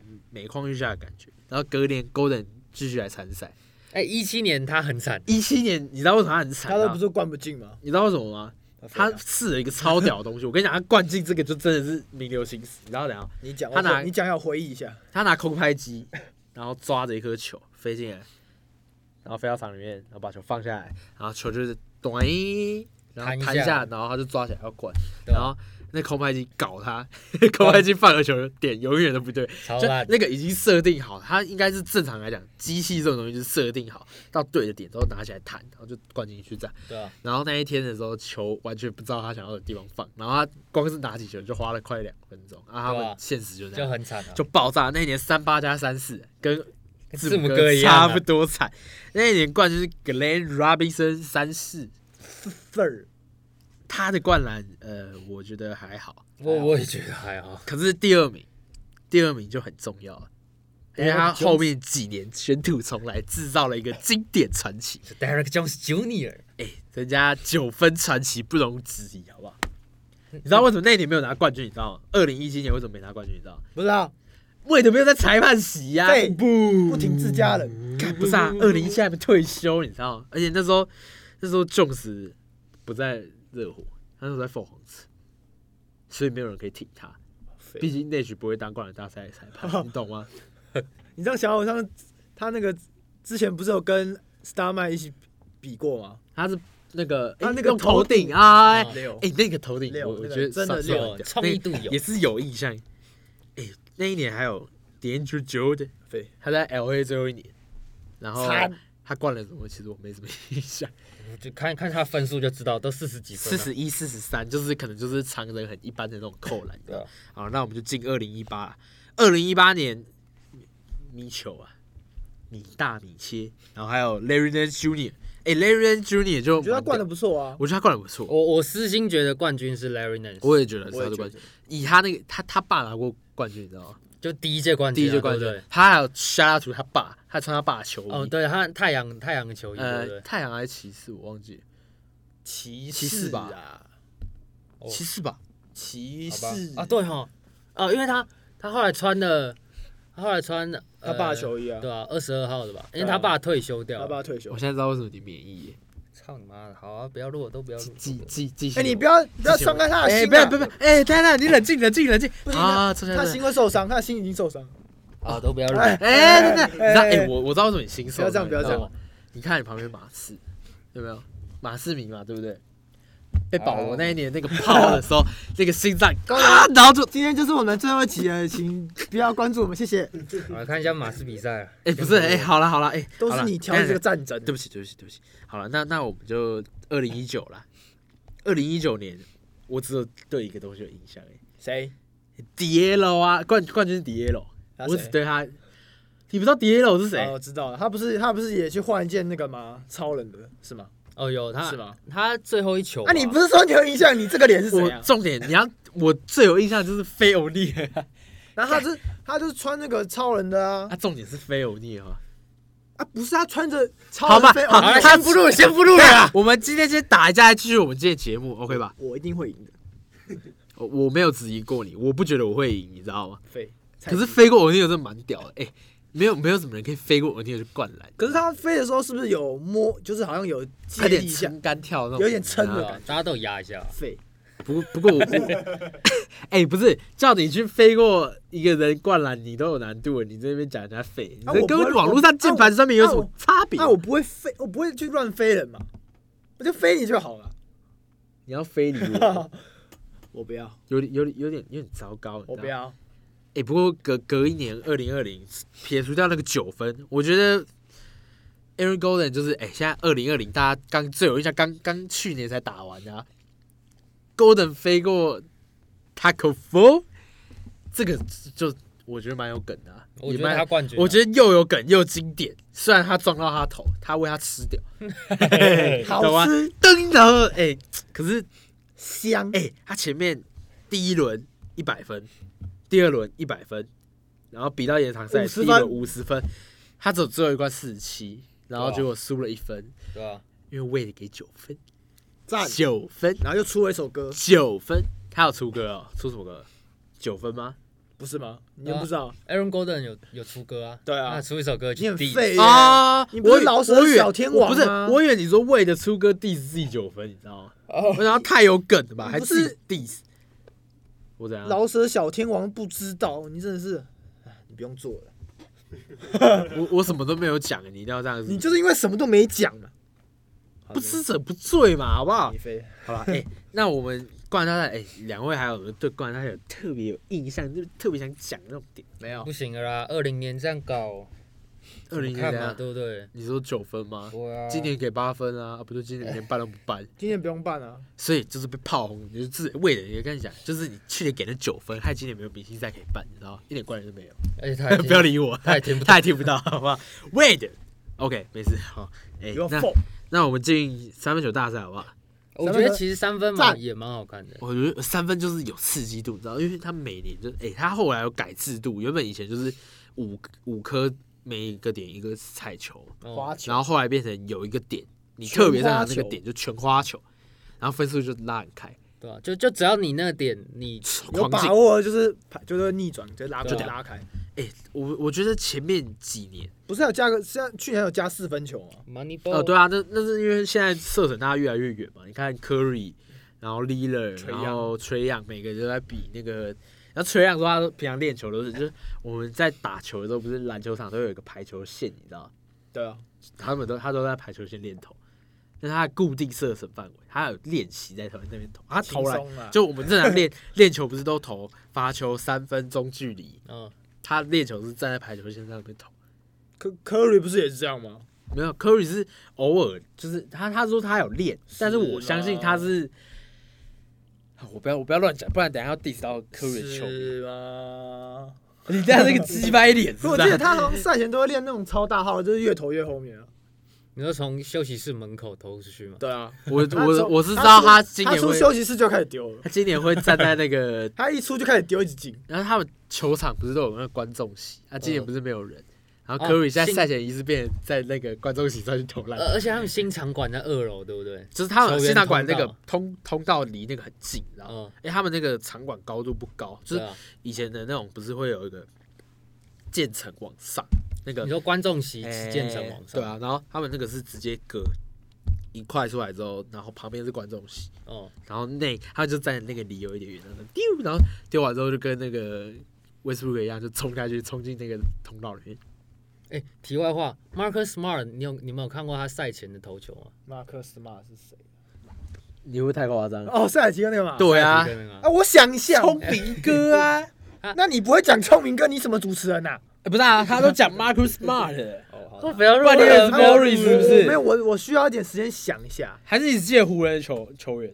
S3: 嗯每况愈下的感觉，然后隔年 Golden 继续来参赛，
S4: 哎，一七年他很惨，
S3: 一七年你知道为什么他很惨
S5: 他都不
S3: 吗？
S5: 是灌不进吗？
S3: 你知道为什么吗？他试了一个超屌的东西，我跟你讲，他灌进这个就真的是名留青史。你知道怎样？
S5: 你讲，
S3: 他拿
S5: 我你讲，要回忆一下，
S3: 他拿空拍机，然后抓着一颗球飞进来，然后飞到场里面，然后把球放下来，然后球就是短一，然后
S4: 弹一
S3: 弹
S4: 下
S3: 下，然后他就抓起来要灌，
S4: 对
S3: 然后那空拍机搞他， 空拍机放的球点永远都不对，
S4: 超
S3: 就
S4: 烂，
S3: 那个已经设定好，它应该是正常来讲，机器这种东西就是设定好到对的点之后拿起来弹，然后就灌进去这样。
S4: 对啊，
S3: 然后那一天的时候，球完全不知道他想要的地方放，然后他光是拿起球就花了快两分钟啊！他
S4: 对啊
S3: 们现实就这
S4: 就
S3: 样，
S4: 很惨啊，哎
S3: 就爆炸。那一年三八加三四跟字
S4: 字
S3: 母
S4: 母
S3: 哥
S4: 哥一样
S3: 差
S4: 啊
S3: 不多惨，那一年冠军是 Glenn Robinson 三四，
S5: 字儿
S3: 他的灌篮呃，我觉得还好，
S4: 我我也觉得还好，
S3: 可是第二名，第二名就很重要了。因为他后面几年卷土重来，制造了一个经典传奇。
S4: 是 Derek Jones Jr.
S3: 哎、人家九分传奇不容置疑，好不好？你知道为什么那一年没有拿冠军？你知道吗？二零一七年为什么没拿冠军？你知道吗？
S5: 不是啊，
S3: 魏德没有在裁判席呀、
S5: 对
S3: 不
S5: 不停自家人，
S3: 看不是啊，
S5: 嗯
S3: 二零一七还没退休，你知道吗？而且那时候那时候 Jones 不在热火，他那时候在凤凰城，所以没有人可以挺他。毕竟 Nash 不会当灌篮大赛的裁
S5: 哦
S3: 判，你懂吗？
S5: 你知道小火上他那个之前不是有跟 Starman 一起比过吗？
S3: 他是那个
S5: 他
S3: 诶
S5: 那个
S3: 用头
S5: 头顶哦
S3: 顶啊，哎、
S4: 嗯
S5: 六
S3: 诶那个头顶
S5: 六
S3: 我
S5: 那
S3: 我
S5: 个
S3: 觉得
S5: 真的
S3: 算
S5: 六
S3: 算
S4: 创意度有
S3: 那也是有印象。哎、那一年还有 d a n g e r Jordan，
S5: 对，
S3: 他在 L A 最后一年，然后
S5: 惨
S3: 他灌了什么？其实我没什么印象，
S4: 就看看他分数就知道，都四十几
S5: 啊
S4: 分啊
S3: 四
S4: 了，
S3: 十一、四十三，就是可能就是常人很一般的那种扣篮。
S4: 对啊
S3: 好，那我们就进二零一八，二零一八年，米球啊，米大米切，然后还有 Larry Nance Jr.，哎、l a r r y Nance Jr. 就
S5: 我觉得他
S3: 蛮
S5: 灌
S3: 屌
S5: 的不错啊，
S3: 我觉得他灌的不错，
S4: 我我私心觉得冠军是 Larry Nance，
S3: 我也觉得是
S5: 我
S3: 他
S5: 也觉
S3: 的冠
S5: 得
S3: 军。以他那个他他爸拿过冠军，你知道吗？
S4: 就第一届冠军啊，
S3: 第一届冠
S4: 对不
S3: 军
S4: 对，
S3: 他还有 shout out to 他爸，他穿他爸的球衣。
S4: 哦，对，他太阳太阳球衣，对不
S3: 呃，
S4: 对？
S3: 太阳还是骑士，我忘记了，
S5: 骑
S3: 骑士吧
S5: 啊，
S4: 哦
S3: 骑士吧？
S5: 骑
S4: 好吧
S5: 士
S4: 啊，对哈，
S5: 呃
S4: 哦，因为他他后来穿的，他后来穿的
S5: 他爸的，球衣啊
S4: 呃，对啊，二十二号的吧，因为
S5: 对啊
S4: 他爸退休掉
S5: 他
S4: 了。
S5: 爸退休
S3: 我。现在知道为什么你免疫耶，
S4: 操你妈的，好啊，不要录，都不要录。
S3: 记记记。
S5: 哎，你不要不要伤害他的
S3: 哎，
S5: 心
S3: 不要
S5: 啊，
S3: 不要，不要哎，等等，你冷静冷静冷静
S5: 不行
S3: 啊！坐下
S5: 他
S3: 坐下
S5: 心会受伤，他心已经受伤。
S4: 啊，都不要录。
S5: 哎
S3: 哎，等等，你知道
S5: 哎
S3: 哎，我我知道为什么你心
S5: 不
S3: 酸。
S5: 要这样，不要这
S3: 你知道
S5: 样
S3: 吗。。你看你旁边马刺，有没有？马刺迷嘛，对不对？被保罗那一年那个泡的时 候，那个心脏啊，然后就
S5: 今天就是我们最后一集了，请不要关注我们，谢谢。
S4: 好，看一下马刺比赛啊。
S3: 哎，不是哎，好了好了哎，
S5: 都
S3: 好
S5: 是
S3: 啦
S5: 你挑的这个战争，
S3: 对不起，对不起，对不起。好了，那那我们就二零一九啦。二零一九年，我只有对一个东西有印象哎、
S5: 谁？
S3: d i e l o 啊，冠冠军 d i e l o
S5: 他
S3: 我
S5: 谁
S3: 只对他。你不知道 d i e l o 是谁？
S5: 哦，我知道了，他不是他不是也去换一件那个吗？超人的是吗？
S4: 哦，有他
S5: 是吗？
S4: 他最后一球吧。
S5: 啊，你不是说你有印象？你这个脸是谁
S3: 我
S5: 啊？
S3: 重点，你要我最有印象就是菲欧尼尔，
S5: 然后他是他就是穿那个超人的啊
S3: 啊，重点是菲欧尼尔。
S5: 啊，不是他穿着超
S3: 好吧
S5: 人，飞
S3: 好，
S5: 哦
S3: 他不录，先不录
S5: 啊
S4: 啦。
S3: 我们今天先打一架，再继续我们今天的节目，OK 吧？
S5: 我一定会赢的。
S3: 我我没有质疑过你，我不觉得我会赢，你知道吗？
S5: 飞，
S3: 可是飞过欧尼尔真的蛮屌的，哎、没有没有什么人可以飞过文天佑去灌篮。
S5: 可是他飞的时候是不是有摸，就是好像有
S3: 快
S5: 接力
S3: 点
S5: 一下
S3: 撑杆跳那种，
S5: 有点撑
S4: 对
S5: 的
S4: 啊，大家都压一下。
S5: 废？
S3: 不不过我，我哎、不是叫你去飞过一个人灌篮，你都有难度了，你这边讲人家废，
S5: 啊
S3: 你这
S5: 我不会
S3: 跟网络上键盘上面有什么差别？
S5: 那我不会飞，我不会去乱飞人嘛，我就飞你就好了。
S3: 你要飞你我
S5: 我不要，
S3: 有点有点有点有点糟糕，你知道
S5: 我
S3: 吗
S5: 不。要。
S3: 哎、不过隔隔一年，二零二零撇除掉那个九分，我觉得 Aaron Golden 就是哎、现在二零二零大家刚最有印象，刚刚去年才打完的、啊、Golden 飞过 Taco Four，这个就我觉得蛮有梗的、啊，
S4: 我
S3: 也
S4: 觉得
S3: 蛮
S4: 他冠军啊，
S3: 我觉得又有梗又经典，虽然他撞到他头，他为他吃掉，懂
S5: 好
S3: 吗
S5: 吃
S3: 噔然后哎、可是
S5: 香
S3: 哎、他前面第一轮一百分，第二轮一百分，然后比到延长赛，
S5: 50
S3: 第一轮五十分，他走最后一关四十七，然后
S4: 哇
S3: 结果输了一分，
S4: 对啊吧？
S3: 因为为了给九分，
S5: 赞，
S3: 九分，
S5: 然后又出了一首歌，
S3: 九分，他有出歌哦，出什么歌？九分吗？
S5: 不是吗？你又不知道，
S4: Aaron Golden 有有出歌啊，
S5: 对啊
S4: 他出一首歌
S5: 你
S4: 就
S5: 很
S4: 第一，
S5: 废耶
S3: 啊！
S5: 哎你不是
S3: 我以
S5: 老舍
S3: 我以为
S5: 小天王
S3: 我不是
S5: 吗，
S3: 我以为你说为了出歌 diss 自己九分，你知道吗？
S4: 哦
S3: 我想他太有梗了吧，还
S5: 不
S3: 自
S5: 是
S3: 己 diss。我怎样？
S5: 老舍小天王不知道，你真的是，哎你不用做了，
S3: 我我什么都没有讲，你一定要这样子。
S5: 你就是因为什么都没讲嘛，
S3: 不知者不罪嘛，好不好
S5: 你？飞，
S3: 好吧，哎、那我们冠大赛，哎、两位还有没有对冠大赛有特别有印象，就特别想讲的那种点？
S5: 没有
S4: 不行了啦，二零年这样搞，
S3: 二零年啊
S4: 看
S3: 怎
S4: 嘛，
S3: 样？
S4: 对不对？
S3: 你说九分吗？
S4: 对啊，
S3: 今年给八分啊，啊不对，今年连办都不办，
S5: 今天不用办啊，
S3: 所以就是被炮轰，就是自己为了也跟你讲，就是你去年给了九分，害今年没有明星赛可以办，你知道吗？一点关联都没有。
S4: 而且 他也
S3: 不要理我，
S4: 他也听不
S3: 他也听不到，好不好？Wait，OK，、没事，好，哎、
S5: 有
S3: 那
S5: 缝，
S3: 那我们进三分球大赛好不好？
S4: 我觉得其实三分嘛也蛮好看的，
S3: 我觉得三分就是有刺激度，你知道，因为他每年就哎、他后来有改制度，原本以前就是五五颗每一个点一个彩球，
S5: 滑
S4: 哦，
S5: 球
S3: 然后后来变成有一个点，你
S5: 嗯全
S3: 特别在拿
S5: 花
S3: 那个
S5: 球
S3: 点就全花球，然后分数就拉很开，
S4: 对啊吧？就就只要你那个点，你
S5: 有
S3: 狂进
S5: 把。握就是就是逆转，直接拉过
S4: 对
S5: 来
S4: 啊
S5: 拉开，
S3: 哎、我我觉得前面几年，
S5: 不是还有加个，现在去年还有加四分球吗？
S4: money ball，
S3: 呃，对啊，那那是因为现在射程大家越来越远嘛，你看 Curry，然后 l e l a r
S5: 崔
S3: 然
S5: 杨
S3: 后崔杨，每个人都在比那个。然后崔杨说，他平常练球都是，就是我们在打球的时候，不是篮球场都有一个排球线，你知道吗？
S5: 对啊，
S3: 他们都他都在排球线练投，但他的固定射程范围，他有练习在投那边投，他
S5: 轻
S3: 投篮
S5: 松啊了，
S3: 就我们正常 练练球不是都投罚球三分中距离，
S4: 嗯，
S3: 他练球是站在排球线上面投，
S5: 科科瑞不是也是这样吗？
S3: 没有 Curry 是偶尔就是他他说他有练，
S5: 啊
S3: 但是我相信他是，啊我不要我不要乱讲，不然等一下要 diss 到 Curry 的球迷，
S5: 是吗？
S3: 你这样是一个鸡掰脸，
S5: 可我
S3: 是不啊
S5: 记
S3: 是
S5: 得他好像赛前都会练那种超大号，就是越投越后面啊。
S4: 你说从休息室门口投出去嘛，
S5: 对啊，
S3: 我
S5: 他
S3: 我
S5: 从
S3: 我是知道
S5: 他
S3: 他
S5: 出
S3: 今
S5: 他
S3: 年
S5: 出
S3: 会
S5: 休息室就开始丢了，
S3: 他今年会站在那个
S5: 他一出就开始丢一直进。
S3: 然后他们球场不是都有那个观众席，啊，今年不是没有人。然后
S4: 哦
S3: Curry 现在
S4: 新
S3: 赛前仪式变成在那个观众席上去投篮，
S4: 而而且他们新场馆在二楼，对不对？
S3: 哦就是他们
S4: 球员
S3: 新场馆那
S4: 通道
S3: 个通通道离那个很近，然后
S4: 嗯，
S3: 哎，他们那个场馆高度不高，就
S4: 对
S3: 是
S4: 啊，
S3: 以前的那种不是会有一个渐层往上那个
S4: 你说观众席
S3: 诶
S4: 是建成往上，
S3: 嗯哎对，啊，然后他们那个是直接隔一块出来之后，然后旁边是观众席，
S4: 哦，
S3: 然后那他就站那个离有一点远，然后丢，然后丢完之后就跟那个 Westbrook 一样，就冲下去，冲进那个通道里面。
S4: 哎，题外话，Marcus Smart，你有你们有看过他赛前的投球吗？
S5: 马克斯马是谁？
S3: 你会不会太夸张啊了？
S5: 哦，赛尔奇跟那个嘛。
S3: 对啊
S4: 赛，前那个
S5: 啊，
S4: 吗
S5: 我想一下，
S3: 聪明哥啊，
S5: 那你不会讲聪明哥，你什么主持人呐？
S3: 欸不是啊，他都讲 Marcus Smart，了
S4: 哦，好
S3: 都
S4: 啦
S3: 不要乱
S5: 我
S3: 念 Morris
S5: 我
S3: 是不是？
S5: 没有，，我我需要一点时间想一下。
S3: 还是你记得湖人的球球员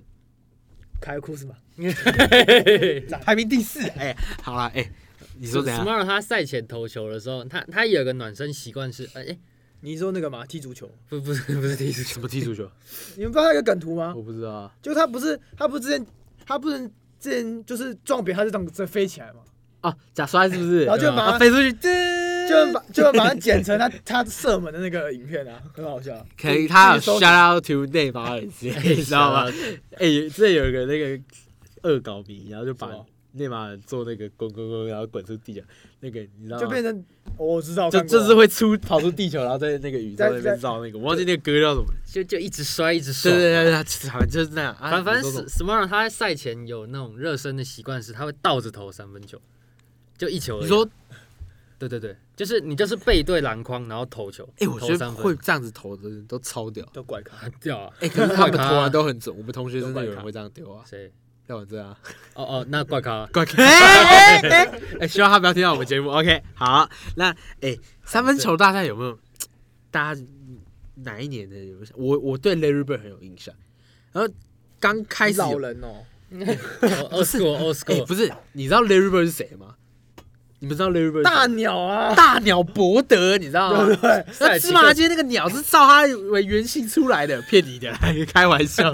S5: 凯库斯马，
S3: 排名第四？哎，好啦，哎，你说怎样？
S4: Smart 他赛前投球的时候，他他有个暖身习惯是，哎哎，
S5: 你说那个嘛，踢足球，
S4: 不不是不是第一次
S3: 什么踢足球？
S5: 你们不知道他有个梗图吗？
S3: 我不知道啊。
S5: 就他不是他不是之前他不是之前就是撞别人，他就这样子飞起来嘛，
S3: 哦，假摔是不是？
S5: 然后就
S3: 对啊
S5: 把
S3: 他飞出去，
S5: 就
S3: 就
S5: 把就把它剪成他 他射门的那个影片啊，很好笑。
S3: 可以，他有
S5: 自己搜
S3: shout out to 内 哎马尔斯，你知道吗？哎，这有一个那个恶搞迷，然后就把
S5: 什么
S3: 内马尔做那个滚滚滚，然后滚出地球，那个你知道吗？
S5: 就变成哦我知道，我
S3: 就
S5: 看过
S3: 啊就是会出跑出地球，然后在那个宇宙
S5: 在
S3: 那边绕那个，我忘记那个歌叫什么。
S4: 就就一直摔，一直摔
S3: 对。对对对，好像就是那样。啊
S4: 反反
S3: 你
S4: 正
S3: 说什么
S4: s m a r 他在赛前有那种热身的习惯是，他会倒着投三分球，就一球而已。
S3: 你说，
S4: 对对对，就是你就是背对篮筐，然后投球。
S3: 哎，我觉
S4: 投
S3: 得
S4: 三分
S3: 会这样子投的人都超屌。
S5: 都怪咖，
S4: 很屌啊！
S3: 哎，可是他 们投
S4: 怪咖
S3: 篮都很准，我们同学真的有
S5: 怪咖
S3: 人会这样丢啊，
S4: 谁？
S3: 像我这样。
S4: 哦哦，那怪咖。
S3: 怪咖！哎哎哎哎，希望他不要听到我们节目。OK，好，那哎，三分球大赛有没有？大家哪一年的有没有？我我对 Larry Bird 很有印象，然后刚开始
S5: 老
S3: 有
S5: 人哦，
S4: o s c o o s c
S3: 哎、
S4: o
S3: 不是，你知道 Larry Bird 是谁吗？你们知道 Larry Bird 是谁
S5: 大鸟啊，
S3: 大鸟伯德，你知道吗？那芝麻街那个鸟是照他为原型出来的，骗你的，开玩笑，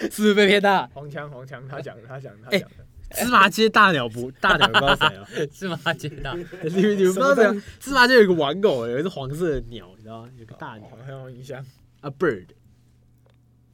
S3: 是不是被骗大？
S5: 黄腔黄腔，他讲的他讲的他讲的，
S3: 芝麻街大鸟伯大 鸟不知道谁啊？
S4: 是吗？接大
S3: 你们你们不知道谁啊？芝麻街有一个玩偶，有一只黄色的鸟，你知道吗？有个大鸟
S5: 哦好像有印象，
S3: 啊，bird。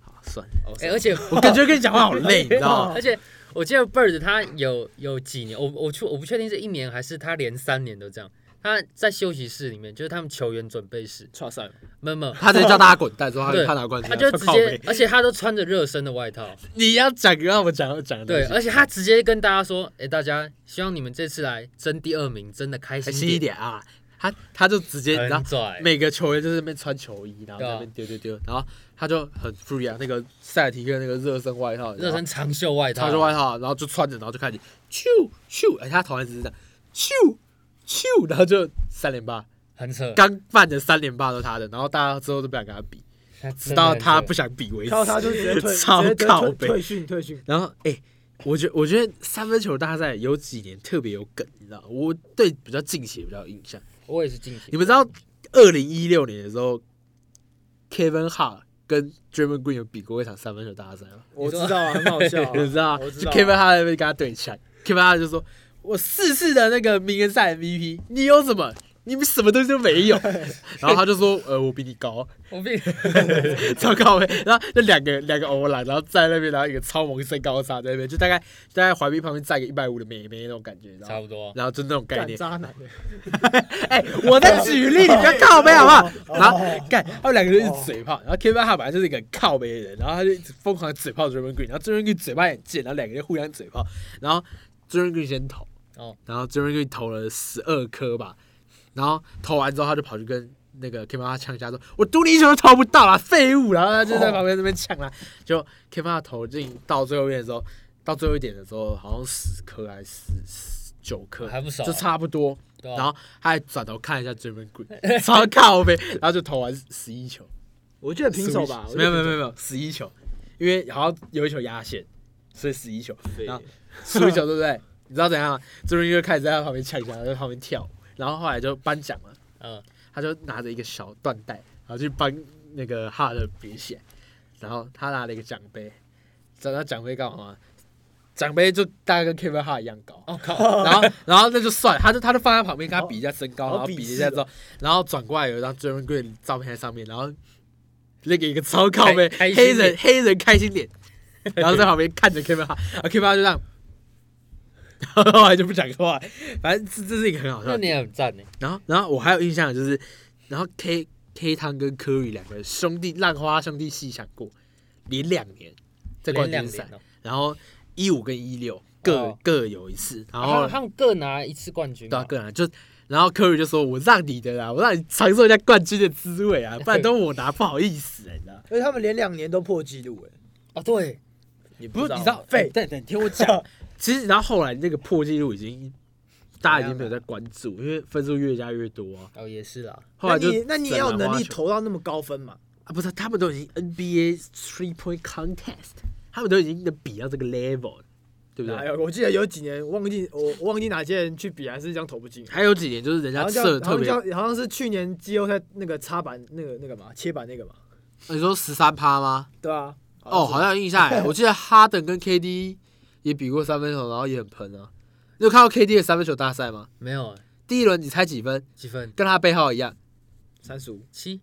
S3: 好，算了，
S4: 哎，而且
S3: 我感觉跟你讲话好累，你知道吗？
S4: 而且我记得 Bird 他有有几年，我我确我不确定是一年还是他连三年都这样。他在休息室里面，就是他们球员准备室，
S5: 差 赛，
S4: 没有没有，
S3: 他在叫大家滚蛋之后，
S4: 对
S3: 他他拿冠军，
S4: 他就直
S3: 靠
S4: 接
S3: 北，
S4: 而且他都穿着热身的外套，
S3: 你要讲让我讲讲的东
S4: 对，呃
S3: 西
S4: 而且他直接跟大家说，哎，大家希望你们这次来争第二名，真的开
S3: 开
S4: 心
S3: 心一，点啊！他他就直接，你知道
S4: 很，拽，
S3: 每个球员就是那边穿球衣，然后在
S4: 啊
S3: 那边丢丢丢，然后他就很 free 啊，那个塞尔提克那个热身外套，
S4: 热身啊长袖外套，
S3: 长袖外套，然后就穿着，然后就开始咻咻，哎，他投篮姿势这样咻咻，然后就三连霸，
S4: 很扯，
S3: 刚犯的三连霸都是他的，然后大家之后都不想跟他比，直到他不想比为止
S5: 然。后他就直接退，
S3: 超
S5: 直接退
S3: 靠北
S5: 退退训退训，
S3: 然后哎、我觉我觉得三分球大赛有几年特别有梗，你知道，我对比较近期比较有印象。
S4: 我也是进行，
S3: 你们知道二零一六年的时候，Kevin Hart 跟 Draymond Green 有比过一场三分球大赛吗？
S5: 我知道啊，很好 笑啊，
S3: 你知道啊，
S5: 我知
S3: 就
S5: 道啊
S3: Kevin Hart 在那边跟他对呛，Kevin Hart 就说：“我四次的那个名人赛 MVP，你有什么？你们什么东西都没有。” 然后他就说：“呃，我比你高，
S4: 我 比
S3: 超高位。”然后那两个两个欧篮，然后站在那边，然后一个超萌身高差在那边，就大概大概怀璧旁边站一个一百五的美眉那种感觉，你知
S4: 差
S3: 道
S4: 不
S3: 吗？
S4: 多，啊
S3: 然后就那种概
S5: 干
S3: 念，
S5: 渣男，欸
S3: 哎、我在举例，你不要靠背好不好？然后干，他们两个就一直嘴炮，然后 Kevin Hart 本来就是一个很靠背的人，然后他就一直疯狂地嘴炮 Draymond Green，然后 Draymond Green 嘴巴也很贱，然后两个人互相嘴炮，然后 Draymond Green 先投，
S4: 哦
S3: 然后 Draymond Green 投了十二颗吧，然后投完之后他就跑去跟。那个 Kevin Hart 呛一下说：“我赌你一球都投不到啦，废物！”然后他就在旁边那边呛啦。就 Kevin Hart 投进到最后面的时候，到最后一点的时候，好像十颗还是十九颗，
S4: 还不少
S3: 就差不多。
S4: 对啊吧
S3: 然后他还转头看一下 Draymond Green，超 靠背，然后就投完十一球，
S5: 我记得平手 吧，
S3: 没有没有没有没有十一球，因为好像有一球压线，所以十一球，
S5: 有
S3: 然后输一球对不对？ 你知道怎样吗？Draymond Green 就开始在他旁边呛一下，在旁边跳，然后后来就颁奖了，
S4: 嗯，
S3: 他就拿着一个小缎带，然后去帮那个哈的别起来，然后他拿了一个奖杯，知道他奖杯干嘛吗？奖杯就大概跟 Kevin Hart 一样高，
S4: 我哦 靠，
S3: 然后然后那就算了，他就他就放在旁边跟他比一下身
S4: 哦
S3: 高，
S5: 好
S3: 然后比一下之后，然后转过来有一张 d r a m o n Green 照片在上面，然后那个一个超靠背
S4: 开开心
S3: 黑
S4: 脸
S3: 人黑人开心脸，然后在旁边看着 Kevin Hart，然后 Kevin Hart 就这样。然后后来就不讲话，反正这这是一个很好笑
S4: 那
S3: 的
S4: 你也很赞欸呢，
S3: 然后，然后我还有印象的就是，然后 K K 汤跟科宇两个兄弟浪花兄弟戏想过，连两年在冠
S4: 连
S3: 军
S4: 两
S3: 赛
S4: 年，哦，
S3: 然后一五跟一六各、
S4: 哦啊
S3: 各有一次，然
S4: 他
S3: 后
S4: 们他们各拿一次冠军
S3: 对啊，
S4: 嘛，
S3: 个人就，然后科宇就说：“我让你的啦，我让你尝受一下冠军的滋味啊，不然都我拿，不好意思、你知 道？
S5: 因为他们连两年都破纪录哎，
S4: 啊对，
S5: 你哎
S3: 不是你知道，
S5: 废
S3: 等等，你听 我讲。其实，然后后来那个破纪录已经大家已经没有在关注，因为分数越加越多啊。
S4: 哦也是啦，
S3: 后来就
S5: 那你那你也有
S3: 转篮
S5: 能
S3: 花
S5: 力
S3: 球
S5: 投到那么高分嘛？
S3: 啊，不是，他们都已经 NBA three point contest，他们都已经能比到这个 level，了对不
S5: 哪
S3: 对？
S5: 有？哎我记得有几年忘记我我忘记哪些人去比还是这样投不 进。
S3: 还有几年就是人
S5: 然
S3: 家
S5: 后叫
S3: 射的啊特
S5: 好像
S3: 别，啊
S5: 叫好像是去年季后赛那个插板那个那个嘛切板那个嘛，
S3: 你说十三趴吗？
S5: 对啊。
S3: 哦，好像有印象哎， 我记得哈登跟 KD 也比过三分球，然后也很喷啊。你有看到 KD 的三分球大赛吗？
S4: 没有
S3: 第一轮你猜几分？
S4: 几分
S3: 跟他背号一样，
S5: 三十五，
S4: 七，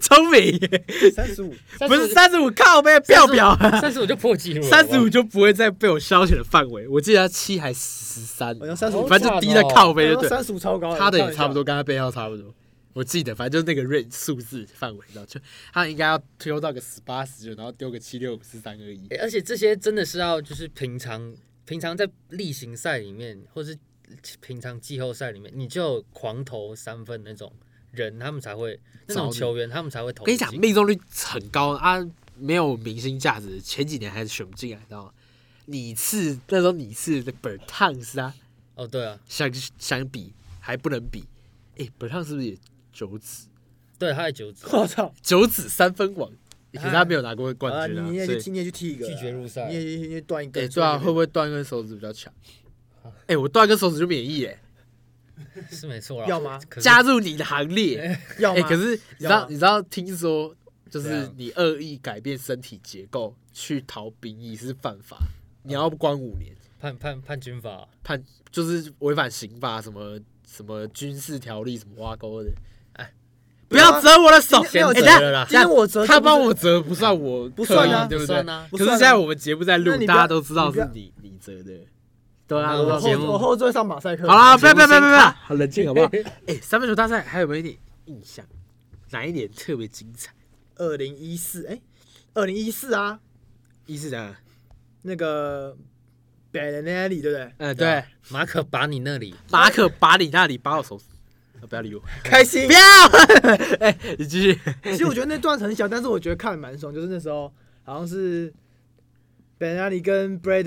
S3: 聪明，
S5: 三十五，
S3: 不是三十五靠背表表，
S4: 三十五就破纪录了，
S3: 三十五就不会再被我消遣的范围。我记得他七还十三
S5: 好，像三十五，
S3: 反正就低在靠背就对了。
S5: 三十五超高，
S3: 他的也差不多，跟他背号差不多。我记得，反正就是那个 range 数字范围，然后就他应该要丢到个十八十九，然后丢个七六五四三二一。
S4: 欸而且这些真的是要就是平常平常在例行赛里面，或是平常季后赛里面，你就有狂投三分那种人，他们才会那
S3: 找
S4: 种
S3: 你
S4: 球员，他们才会投得
S3: 我跟你
S4: 进。
S3: 讲，命中率很高啊，没有明星价值，前几年还是选不进来，你知道吗？你次那时候你次的本烫是啊，
S4: 哦，对啊，
S3: 相相比还不能比，哎、本烫是不是也九子
S4: 对，他的九 指
S5: 我操！
S3: 九子三分王？可是他没有拿过
S5: 啊，
S3: 冠军啊，
S5: 你也
S3: 所
S5: 去，
S3: 以
S5: 今年去踢一个，
S4: 拒绝入赛
S5: 你也去你也断一
S3: 哎、
S5: 根，
S3: 对啊，会不
S5: 会？
S3: 会断一根手指比较强？
S5: 啊
S3: 哎、我断一根手指就免疫哎、
S4: 是没错啦。
S5: 要吗
S4: 可是
S3: 加入你的行 列。
S5: 要
S3: 哎、
S5: 吗？
S3: 可是你知
S5: 要啊
S3: 道
S5: 吗，
S3: 你知道，听说就
S4: 怎
S3: 是
S4: 样
S3: 你恶意改变身体结构去逃兵役是犯法，
S5: 嗯
S3: 你要关五年，
S4: 判判判军法，啊
S3: 判就是违反刑法什么什么军事条例什么挖沟的。哎，不
S5: 对啊
S3: 要折我的手！
S5: 今天没有
S3: 哎
S5: 折
S3: 等下
S4: 了啦
S5: 今天我折
S3: 他
S5: 这不是
S3: 帮我折不算我
S5: 不
S3: 刻
S5: 算
S3: 意
S5: 啊
S3: 对
S4: 不
S3: 不对
S4: 算？啊。
S5: 不
S3: 可是
S5: 算啊
S3: 现在我们节目在录
S5: 那，你不
S3: 大
S5: 要
S3: 家都知道
S5: 你不
S3: 是
S5: 要
S3: 你你折的，对
S4: 那
S3: 啊，我
S5: 我
S3: 们节
S5: 后
S3: 目
S5: 我后座上马赛克。
S3: 好啦，不要不要不要不
S5: 要！
S3: 要，好冷静好不好？哎，三分球大赛还有没有一点印象？哪一年特别精彩？
S5: 二零一四，哎，二零一四啊，
S3: 一是哪？
S5: 那个 b a n a n 对不对？
S4: 对
S3: 嗯，对
S4: 啊， 马可把你那里，
S3: 马可把你那里把我手指，呃不要理我，
S5: 开心
S3: 不。要！ 哎，你继续。
S5: 其实我觉得那段很小，但是我觉得看得蛮爽，就是那时候好像是 b a n a n 跟 Brad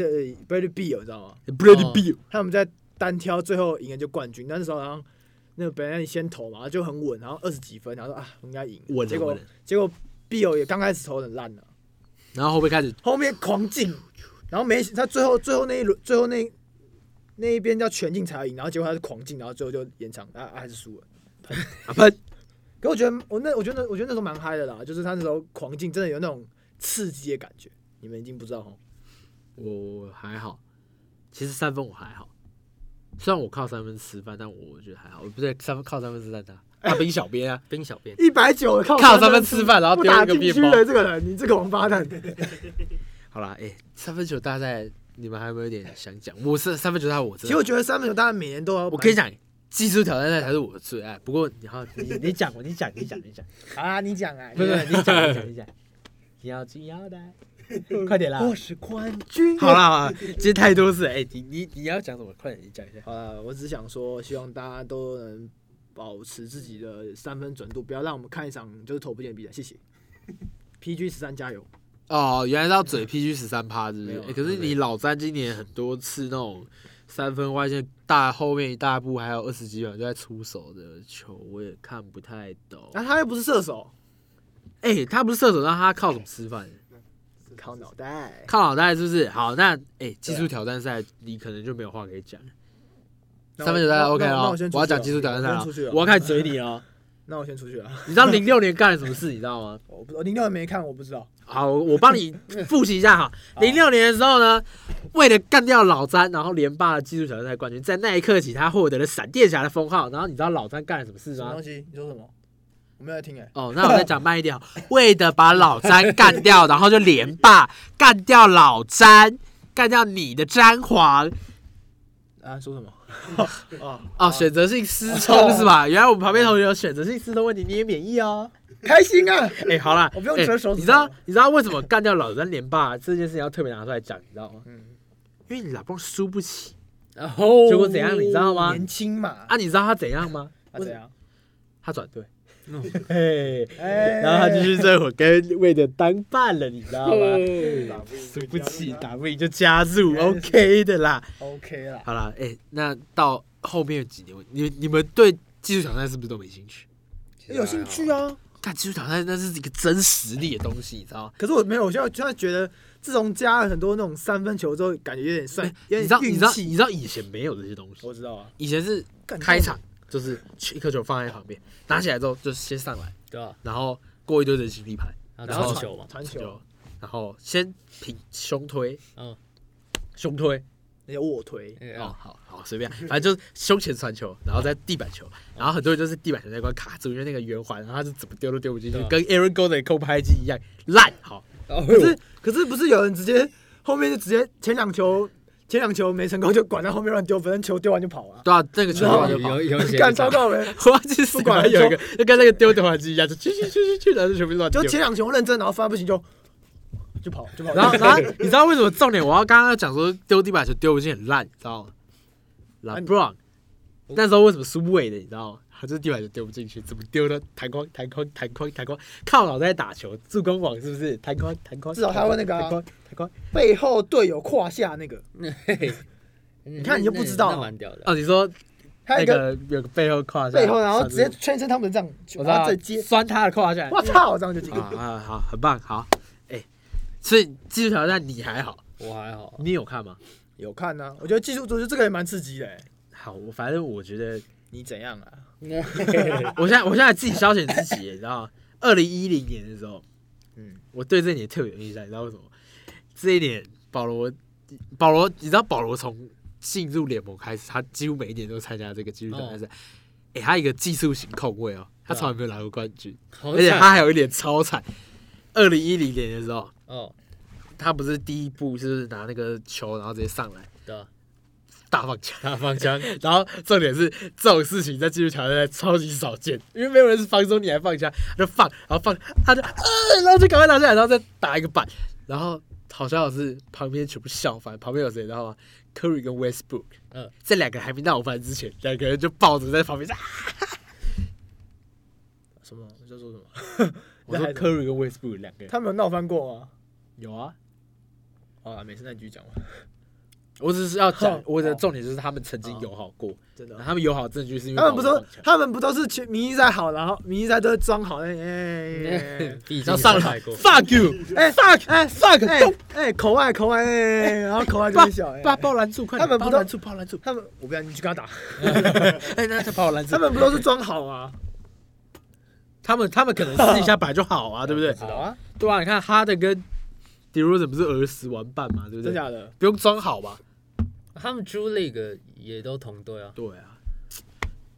S5: Brad B 你知道吗？
S3: Brady Bill，
S5: 他们在单挑最后赢了就冠军，但那时候好像那个 b a n a n 先投嘛，就很稳，然后二十几分，然后说啊我应该赢
S3: 稳，了
S5: 结
S3: 稳
S5: 果
S3: 了
S5: 结果 B 友也刚开始投得很烂了。
S3: 然后后面开始
S5: 后面狂进，然后没他最后最后那一轮最后那那一边叫全进才赢，然后结果他是狂进，然后最后就延长，啊啊还是输了。
S3: 打喷，
S5: 可我觉得我那我觉得那我觉得那时候蛮嗨的啦，就是他那时候狂进真的有那种刺激的感觉，你们已经不知道哦。
S3: 我还好，其实三分我还好，虽然我靠三分吃饭，但我觉得还好，我不对，三分靠三分吃饭他大兵小编啊，
S4: 冰小编，
S5: 一百九靠
S3: 靠三
S5: 三
S3: 分吃饭然后
S5: 不
S3: 丢
S5: 打
S3: 一个
S5: 进
S3: 面
S5: 去
S3: 包
S5: 的这个人，你这个王八蛋，
S3: 好啦，哎，三分球大赛你们还有没有一点想讲？我是三分球大赛，我
S5: 其
S3: 真
S5: 实我
S3: 的，
S5: 觉得三分球大家每年都要，
S3: 我跟你讲，技术挑战赛才是我的最爱。不过你好，你你讲，你讲，你讲，你讲，
S5: 好 啊，你讲啊，
S3: 不是你 讲，你讲，你讲，你要系腰带，快点啦！
S5: 我是冠军。
S3: 好啦，好啦，今天太多次了，哎、你你你要讲什么？快点，你讲一下。
S5: 好了，我只想说，希望大家都能保持自己的三分准度，不要让我们看一场就是投不进的比赛。谢 谢。PG 十三加油！
S3: 哦，原来到嘴 PG 十三趴，是不
S5: 没
S3: 是、
S5: 有啊
S3: 哎可是你老詹今年很多次那种三分外线大后面一大步，还有二十几秒就在出手的球，我也看不太懂。
S5: 啊，他又不是射手，
S3: 哎、他不是射手，那他靠什么吃 饭？
S5: 靠脑袋。
S3: 靠脑袋是不是？好，那哎、技
S5: 对
S3: 术挑战赛你可能就没有话可以讲。
S5: 那我
S3: 三分球大赛
S5: 那
S3: OK
S5: 那
S3: 了
S5: 那啊我先，出去
S3: 我要讲技术挑战赛
S5: 啊我
S3: 了
S5: 先出去了，
S3: 啊我要开始嘴你了。
S5: 那我先出去啊了。
S3: 你知道零六年干了什么事？你知道吗？
S5: 我不，我零六没看，我不知道。
S3: 好，我帮你复习一 下哈。零六年的时候呢，为了干掉老詹，然后连霸了技术挑战赛冠军，在那一刻起，他获得了闪电侠的封号。然后你知道老詹干了什么事
S5: 什么
S3: 吗
S5: 东？西？你说什么？我没有在听哎、
S3: 哦，那我再讲慢一点哦， 为了把老詹干掉，然后就连霸干掉老詹，干掉你的詹皇。
S5: 啊，说什 么？啊，
S3: 哦，选择性失聪是吧？原来我们旁边同学有选择性失聪问题，你也免疫哦。
S5: 开心啊！
S3: 哎、好啦，
S5: 我不用
S3: 哎
S5: 折手指
S3: 你知道
S5: 头
S3: 你知道为什么干掉老詹连霸这件事情要特别拿出来讲，你知道吗？
S5: 嗯，
S3: 因为你老公输不起。
S4: 然后
S3: 结果怎样，你知道吗？
S5: 哦年轻嘛，
S3: 啊，你知道他怎样吗？
S5: 啊怎 样？
S3: 他转队，哦
S5: 哎，
S3: 然后他就是这会跟魏德当伴了，你知道吗？
S5: 打不赢
S3: 输不起，打不赢就加入，OK 的啦。
S5: OK 啦。
S3: 好啦，哎、那到后面几年，你你们对技术挑战是不是都没兴趣？
S5: 有兴趣啊，
S3: 但技术挑战那是一个真实力的东西，你知道吗？
S5: 可是我没有，我现在现在觉得，自从加了很多那种三分球之后，感觉有点算，有
S3: 哎
S5: 点
S3: 你知道你
S5: 运
S3: 知道
S5: 气。
S3: 你知道以前没有这些东西，
S5: 我知道啊，
S3: 以前是
S5: 干
S3: 开场就是一颗球放在旁边，拿起来之后就先上来，
S4: 对吧？
S3: 然后过一堆人形立牌，
S4: 然
S3: 然后
S4: 后
S5: 传
S4: 传球嘛，
S5: 传球
S3: 就，然后先平胸推，
S4: 嗯
S3: 嗯，胸推，
S5: 那些卧推，
S4: 哎
S3: 哦
S4: 呀，
S3: 好好随便，反正就是胸前传球，然后再地板球，然后很多人就是地板球那关卡住，因为那个圆环，然后他就怎么丢都丢不进去
S4: 对，啊
S3: 跟 Aaron Golden 的空拍机一样烂。好，
S4: 哦
S5: 可是可是不是有人直接后面就直接前两球前两球没成功就管他后面乱丢，反正球丢完就跑了。
S3: 对啊，那个球
S5: 然后
S3: 就
S4: 有
S3: 跑
S4: 有。有 写
S5: 干糟糕了，
S3: 我忘记死
S5: 不管
S3: 了，有一个就跟那个丢的滑机一样，就去去去去去，然后就全部乱丢
S5: 就。前两球认真，然后发现不行就就跑就跑。
S3: 然后然后你知道为什么重点我要刚刚要讲说丢地板球丢不进很烂，你知道吗？LeBron
S5: 啊
S3: 那时候为什么是喂的，你知道吗？他就是地板球丢不进去，怎么丢的？弹框弹框弹框弹框，靠脑袋打球，助攻网是不是？弹框弹框，
S5: 至少他会那个啊
S3: 弹框弹框。
S5: 背后队友胯下那个，
S4: 你
S5: 看你就不知道
S4: 那蛮屌的。
S3: 哦，你说
S5: 他
S3: 那
S5: 一个
S3: 个有个背后胯下，
S5: 背后，然后
S3: 上
S5: 直接
S3: 面
S5: 圈身他们这样，
S3: 我知
S5: 然后
S3: 道
S5: 再接，
S3: 酸他的胯下。
S5: 我操，这样就进
S3: 啊。啊，好，很棒，好，哎，所以技术挑战你还好，
S4: 我还好，
S3: 你有看吗？
S5: 有看呢、我觉得技术足球这个也蛮刺激的、欸。
S3: 好，我反正我觉得
S5: 你怎样啊？
S3: 我现在我现在自己消遣自己，你知道吗？二零一零年的时候，
S5: 嗯，
S3: 我对这一年特别有印象，你知道为什么？这一年保罗，保罗，你知道保罗从进入联盟开始，他几乎每一年都参加这个技术挑战赛。哎、他一个技术型控卫哦，他从来没有拿过冠军，
S4: 好
S3: 而且他
S4: 惨
S3: 还有一点超惨。二零一零年的时候，
S4: 哦，
S3: 他不是第一步就是拿那个球，然后直接上来
S4: 对啊，
S3: 大放枪。
S4: 大方向，
S3: 然后重点是这种事情在技术挑战赛超级少见，因为没有人是防守你还放枪，他就放，然后放，他就啊，然后就赶快拿下来，然后再打一个板，然后好笑的是旁边全部笑翻，旁边有谁你知道吗？Curry 跟 Westbrook，
S4: 嗯
S3: 这两个还没闹翻之前，两个人就抱着在旁边啊，
S5: 什么？你在说什么？
S3: 我说 Curry 跟 Westbrook 两个人
S5: 他们有闹翻过吗？
S3: 有啊，
S5: 啊，没事，那你继续讲吧。
S3: 我只是要讲
S5: 哼
S3: 我的
S5: 哦
S3: 重点就是他们曾经友好过，
S5: 真的
S3: 然后，他们友好的证据是因为
S5: 他们不
S3: 抱着
S5: 都
S3: 放枪
S5: 他们不都是去迷一赛好，然后迷一赛都是装好那 哎
S4: 毕
S3: 然
S4: 竟
S3: 后上
S4: 也太
S3: 来
S4: 过
S3: fuck you，
S5: 哎 fuck 哎 fuck 哎
S3: 动
S5: 哎口外口外哎，然后口外就
S3: 把
S5: 会笑哎。
S3: 把包拦住，快点
S5: 他们不
S3: 把
S5: 都
S3: 我拦住，把我拦住，
S5: 他们我不要你去跟他打，
S3: 哎，那就把我拦住。
S5: 他们不都是装好吗？
S3: 他们他们可能私底下摆就好啊，对不对？
S5: 好啊，
S3: 对啊，你看哈登跟迪罗怎不是儿时玩伴嘛，对不
S5: 真
S3: 对？
S5: 假的？啊
S3: 不用装好吧？
S4: 他们 Drew League 也都同队啊，
S3: 对啊，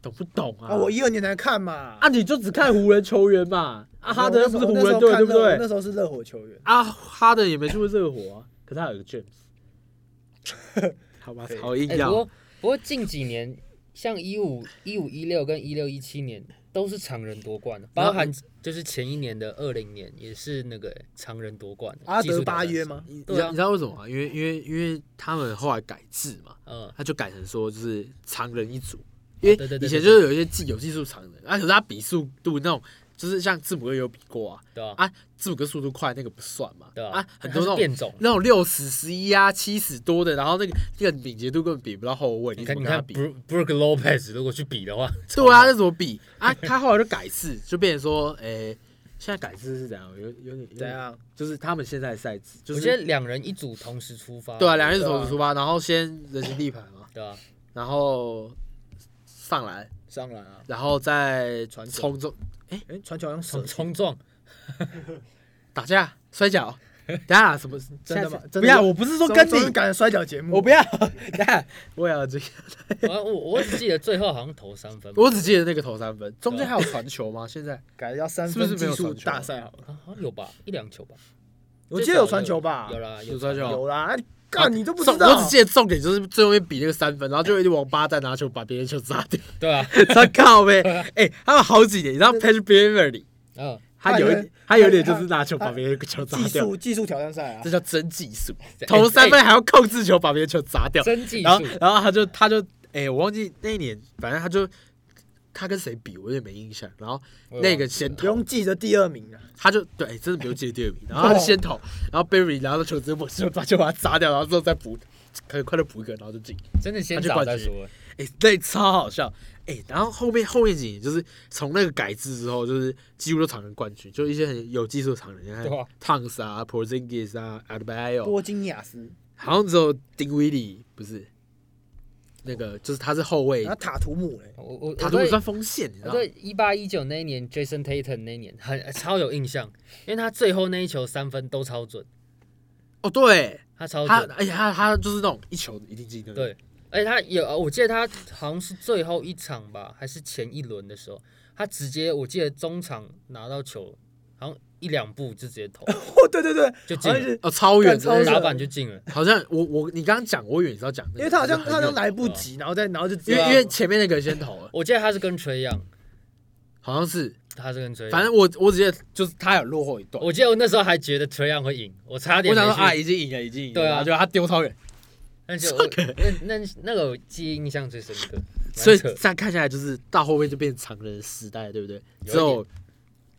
S3: 懂不懂啊？
S5: 啊，我一二年才看嘛。
S3: 啊，你就只看湖人球员嘛，啊，哈登又不是
S5: 我
S3: 湖
S5: 那时
S3: 人
S5: 候
S3: 队，
S5: 看
S3: 对不
S5: 热我那
S3: 对？
S5: 时候是热火球员，
S3: 啊，哈登也没去过热火啊，可是他有个 James，好吧，好硬
S4: 哎、不
S3: 要
S4: 过。不过近几年，像一五一五一六跟一六一七年都是常人夺冠的，
S3: 然后
S4: 包含就是前一年的二零年也是那个欸常人夺冠。
S5: 阿
S4: 技术
S5: 德
S4: 挑战
S5: 巴约
S4: 赛？
S5: 吗？
S3: 你你
S4: 对啊
S3: 知道你知道为什么吗？因为因为因为他们后来改制嘛，
S4: 嗯，
S3: 他就改成说就是常人一组，因为
S4: 哦对对对
S3: 以前
S4: 对
S3: 就是有一些技有技术常人，啊，可是他比速度那种，就是像字母哥也有比过啊，
S4: 对啊，
S3: 啊，字母哥速度快那个不算嘛，
S4: 对
S3: 啊，很多
S4: 它是
S3: 那种
S4: 变种。
S3: 那种六十十一啊七十多的，然后那个那个敏捷度根本比不到后卫，
S4: 你
S3: 你
S4: 看，
S3: 怎
S4: 你
S3: 么跟他
S4: 看
S3: 比？
S4: ，Brook Brook Lopez 如果去比的话，
S3: 对啊，那怎么比啊？他后来就改制，就变成说，诶、现在改制是怎样？有有点
S5: 怎？样？
S3: 就是他们现在的赛制，就
S4: 啊我觉得
S3: 是
S4: 两人一组同时出发。
S3: 对啊，两人
S5: 对啊
S3: 同时出发，然后先人形地盘嘛，
S4: 对啊，
S3: 然后上来，
S5: 上篮啊，
S3: 然后再
S5: 传球
S3: 冲中
S5: 哎，传球好像
S4: 什
S5: 手
S4: 么冲撞？
S3: 打架摔 跤，等下什么？
S5: 真的吗
S3: 下次
S5: 真的
S3: 不要，
S5: 吗
S3: 我不是说跟你，
S5: 赶摔跤节目，
S3: 我不要， 等下我也要这个。
S4: 我我我只记得最后好像投三分吧，
S3: 我只记得那个投三分，中间还有传球吗？现在
S5: 改要三
S3: 是不
S5: 分
S3: 是没
S5: 技
S3: 有
S5: 术
S3: 传球
S5: 大赛好了。
S4: 啊好像有吧，一两球吧。
S5: 我记得有传球吧？
S4: 有啦，
S3: 啊有传球
S5: 有啦，哎干你都不知
S3: 重我
S5: 道
S3: 只。记得重点就是最后面比那个三分，然后就有一个王八蛋拿球把别人球砸 掉，
S4: 对啊，
S3: 他靠呗！哎，他们好几年，你知道 Patrick Beverly，
S4: 嗯，
S3: 他有一他有一点就是拿球把别人球砸
S5: 技
S3: 掉，
S5: 术技术挑战赛啊
S3: 这，叫真技 术。投三分
S4: 哎
S3: 还要控制球把别人球砸掉，
S4: 真技
S3: 然后
S4: 术，
S3: 然后他就他就哎，我忘记那一年，反正他就他跟谁比，我有点没印象。然后
S4: 我也忘
S3: 那个先
S5: 不
S3: 投，
S5: 用记着第二名啊。
S3: 他就对，哎真的没有记得第 二名。然后他就先投，然后 Berry 拿到球直接把球把球把他砸掉，然后之后再补，可能快乐补一个，然后就进。
S4: 真的先
S3: 他去
S4: 找
S3: 冠
S4: 再
S3: 军
S4: 说。
S3: 哎、对，超好笑。哎、然后后面后面几年就是从那个改制之后，就是几乎都常人冠军，就一些很有技术的常人，你
S4: 对啊
S3: 看 t o n s 啊、Porzingis 啊、a d b a y o
S5: 波金亚斯，
S3: 好像只有丁威利不是那个，就是他是后卫
S5: 然后，塔图姆嘞，
S4: 我我
S3: 他
S4: 我
S3: 都不
S4: 呃对
S3: 算锋线，你知
S4: 我
S3: 道吗
S4: 对？一八一九那一年 Jason Tatum 那一年很超有印象，因为他最后那一球三分都超准，
S3: 哦，对，
S4: 他超
S3: 他
S4: 准。
S3: 而且他他就是那种一球一定进，对不对？
S4: 对，而且他有，我记得他好像是最后一场吧，还是前一轮的时候，他直接我记得中场拿到球，好像一两步就直接投
S5: 哦，对对对，
S4: 就进
S5: 好像
S4: 了，
S5: 是
S3: 哦，超远
S5: 干超远
S3: 的，
S4: 打板就进了。
S3: 好像我我你刚刚讲，我以为你是要讲那个，
S5: 因为他好像
S3: 就
S5: 他
S3: 是
S5: 好
S3: 很
S5: 像
S3: 远
S5: 来不及，然后再然后就直接啊
S3: 因
S4: 啊
S3: 为因为前面那个人先投了，
S4: 我记得他是跟崔样，
S3: 好像是，
S4: 他是跟崔样，
S3: 反正我我只记得就是他有落后一段，
S4: 我记得我那时候还觉得崔样会赢，我差点
S3: 我
S4: 没
S3: 想
S4: 去。
S3: 说啊，已经赢了，已经赢了，
S4: 对啊
S3: 然后就他丢超远，
S4: 那就我那那那个我记忆印象最深刻，蛮
S3: 所以
S4: 扯
S3: 这样看下来就是到后面就变常人的时代，对不对？
S4: 有一点
S3: 只有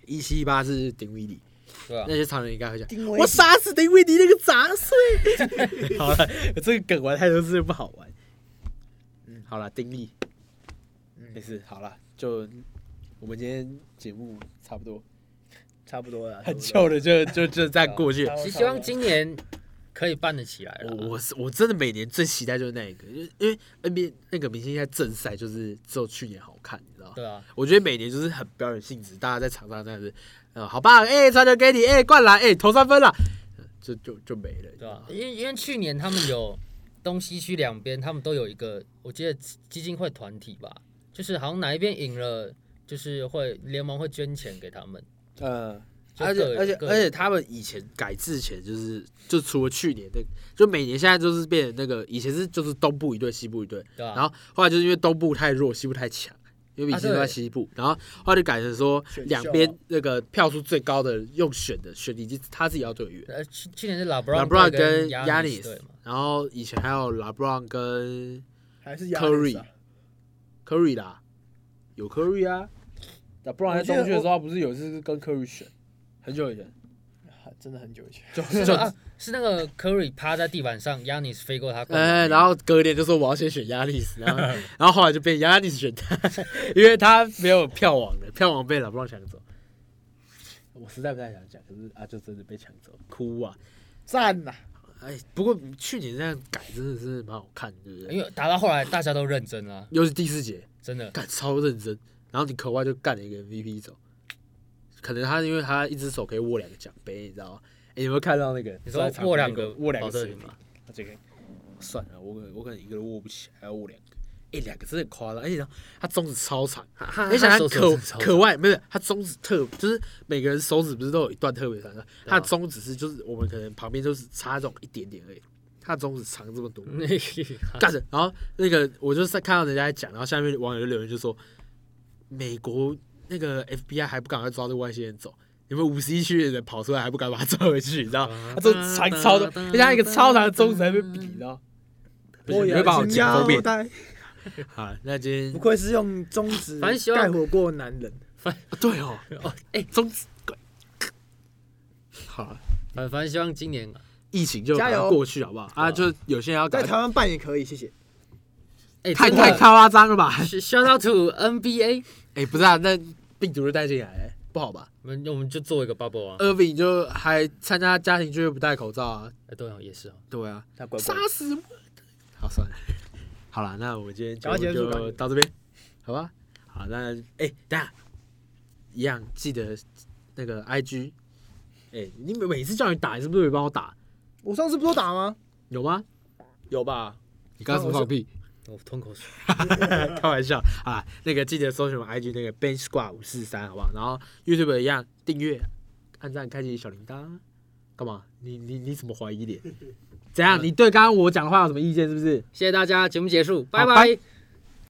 S3: 一七一八是顶威迪，
S4: 对啊
S3: 那，些常人应该会讲，
S5: 定位
S3: 我杀死顶威迪那个杂碎。 好了，这个梗玩太多次不好玩。嗯，好了，定力没事，好了，就我们今天节目差不多，
S5: 差不多了，
S3: 很
S5: 差不
S3: 旧的就就就这样过去
S5: 多。了
S4: 其实希望今年可以办得起来
S3: 我
S4: 了。
S3: 我是我真的每年最期待就是那一个，因为因为 NBA 那个明星赛正赛就是只有去年好看，你知道吗？
S4: 对啊，
S3: 我觉得每年就是很表演性质，大家在场上这样子，呃，好棒，哎、传球给你，哎、灌篮，哎、投三分了，呃就就就没了，
S4: 对啊，
S3: 你知道吗
S4: 因为因为去年他们有东西区两边，他们都有一个，我记得基金会团体吧，就是好像哪一边赢了，就是会联盟会捐钱给他们。
S3: 呃，
S4: 就
S3: 而且
S4: 各有
S3: 而且
S4: 各有
S3: 而且他们以前改制前就是就除了去年那个，就每年现在就是变成那个以前是就是东部一队西部一队，
S4: 对啊，
S3: 然后后来就是因为东部太弱，西部太强，因为以前都在西部，然后后来就改成说
S5: 啊选秀啊
S3: 两边那个票数最高的用选的选以及他自己要队员，
S4: 呃去去年是拉布
S3: LeBron
S4: 跟
S3: 跟
S4: 亚尼对
S3: Yanis，
S4: 嘛，
S3: 然后以前还有 LeBron 跟
S5: 还是
S3: Curry Curry 啦，有 Curry 啊，LeBron
S5: 我记得我
S3: 候，他不是有一次是跟 Curry 选，很久 以前，
S5: 啊真的很久以前，
S3: 就是
S4: 啊，是那个 Curry 趴在地板上，亚尼斯飞过他灌篮，
S3: 哎，然后隔年就说我要先选亚历斯，然后
S4: 嗯
S3: 然后后来就被亚历斯选他， 因为他没有票王了，票王被 LeBron 抢走。我实在不太想讲，可是啊，就真的被抢走，哭啊！
S4: 哦
S5: 赞呐！
S3: 哎，不过去年这样改真的是蛮好看的，对不对？
S4: 因为打到后来大家都认真了，
S3: 又是第四节，
S4: 真的，
S3: 干超认真，然后你口外就干了一个 MVP 走，可能他因为他一只手可以握两个奖杯，你知道吗？哎、你有没有看到那个？
S4: 你说
S3: 在场
S4: 握
S3: 那
S4: 两个哦
S3: 握两
S4: 保
S3: 个
S4: 特
S3: 水
S4: 瓶
S3: 瓶
S4: 吗？
S3: 他这个算了，我可能我可能一个都握不起，还要握两个。哎、两个真的很夸张，而且呢，他中指超长，
S4: 没
S3: 你想
S4: 手手
S3: 想可
S4: 真的超
S3: 可外没有，他中指特就是每个人手指不是都有一段特别
S4: 啊
S3: 长的，他的中指是就是我们可能旁边就是差这种一点点而已，他的中指长这么 多，干着。然后那个我就是在看到人家在讲，然后下面网友就留言就说，美国那个 FBI 还不赶快抓这个外星人走。你们五十一区的人跑出来还不敢把他抓回去，你知道？他这长超的，人家一个超长的中指还被比，你知道？不行，你会把我剪封面。
S5: 带，
S3: 好，啊那今天
S5: 不愧是用中指
S4: 反正希望
S5: 盖火锅的男人。
S3: 啊对哦，哦，哎，中指，鬼 好，
S4: 反反正希望今年
S3: 疫情就
S5: 加油
S3: 赶快过去好不好？啊，就有些人要
S5: 在
S3: 赶
S5: 台湾办也可以，谢谢。
S4: 哎，
S3: 太
S4: 真的
S3: 太夸张了吧？
S4: shout out to NBA，
S3: 哎，不是啊，那病毒就带进来，哎不好吧？
S4: 我们我们就做一个 bubble 啊，
S3: i r v i n 就还参加家庭聚会不戴口罩啊？
S4: 哎对哦，也是哦，
S3: 对啊，
S5: 那乖
S3: 杀死我！好，算了，好了，那我们今天节
S5: 赶快结束
S3: 目
S5: 赶
S3: 就
S5: 快
S3: 到这边，好吧？好，那哎，等一下一样记得那个 IG，哎，你每每次叫你打，你是不是没帮我打？
S5: 我上次不是都打吗？
S3: 有吗？
S5: 有吧？
S3: 你刚刚是不是放屁？
S4: 我吞口水。
S3: 开玩笑啊！那个记得搜寻我们 IG 那个 Bench Squad 五四三，好不好？然后 YouTube 一样订阅、按赞、开启小铃铛。干嘛？你你你怎么怀疑脸？怎样？你对刚刚我讲的话有什么意见？是不是？
S4: 谢谢大家，节目结束，拜
S3: 好
S4: 拜。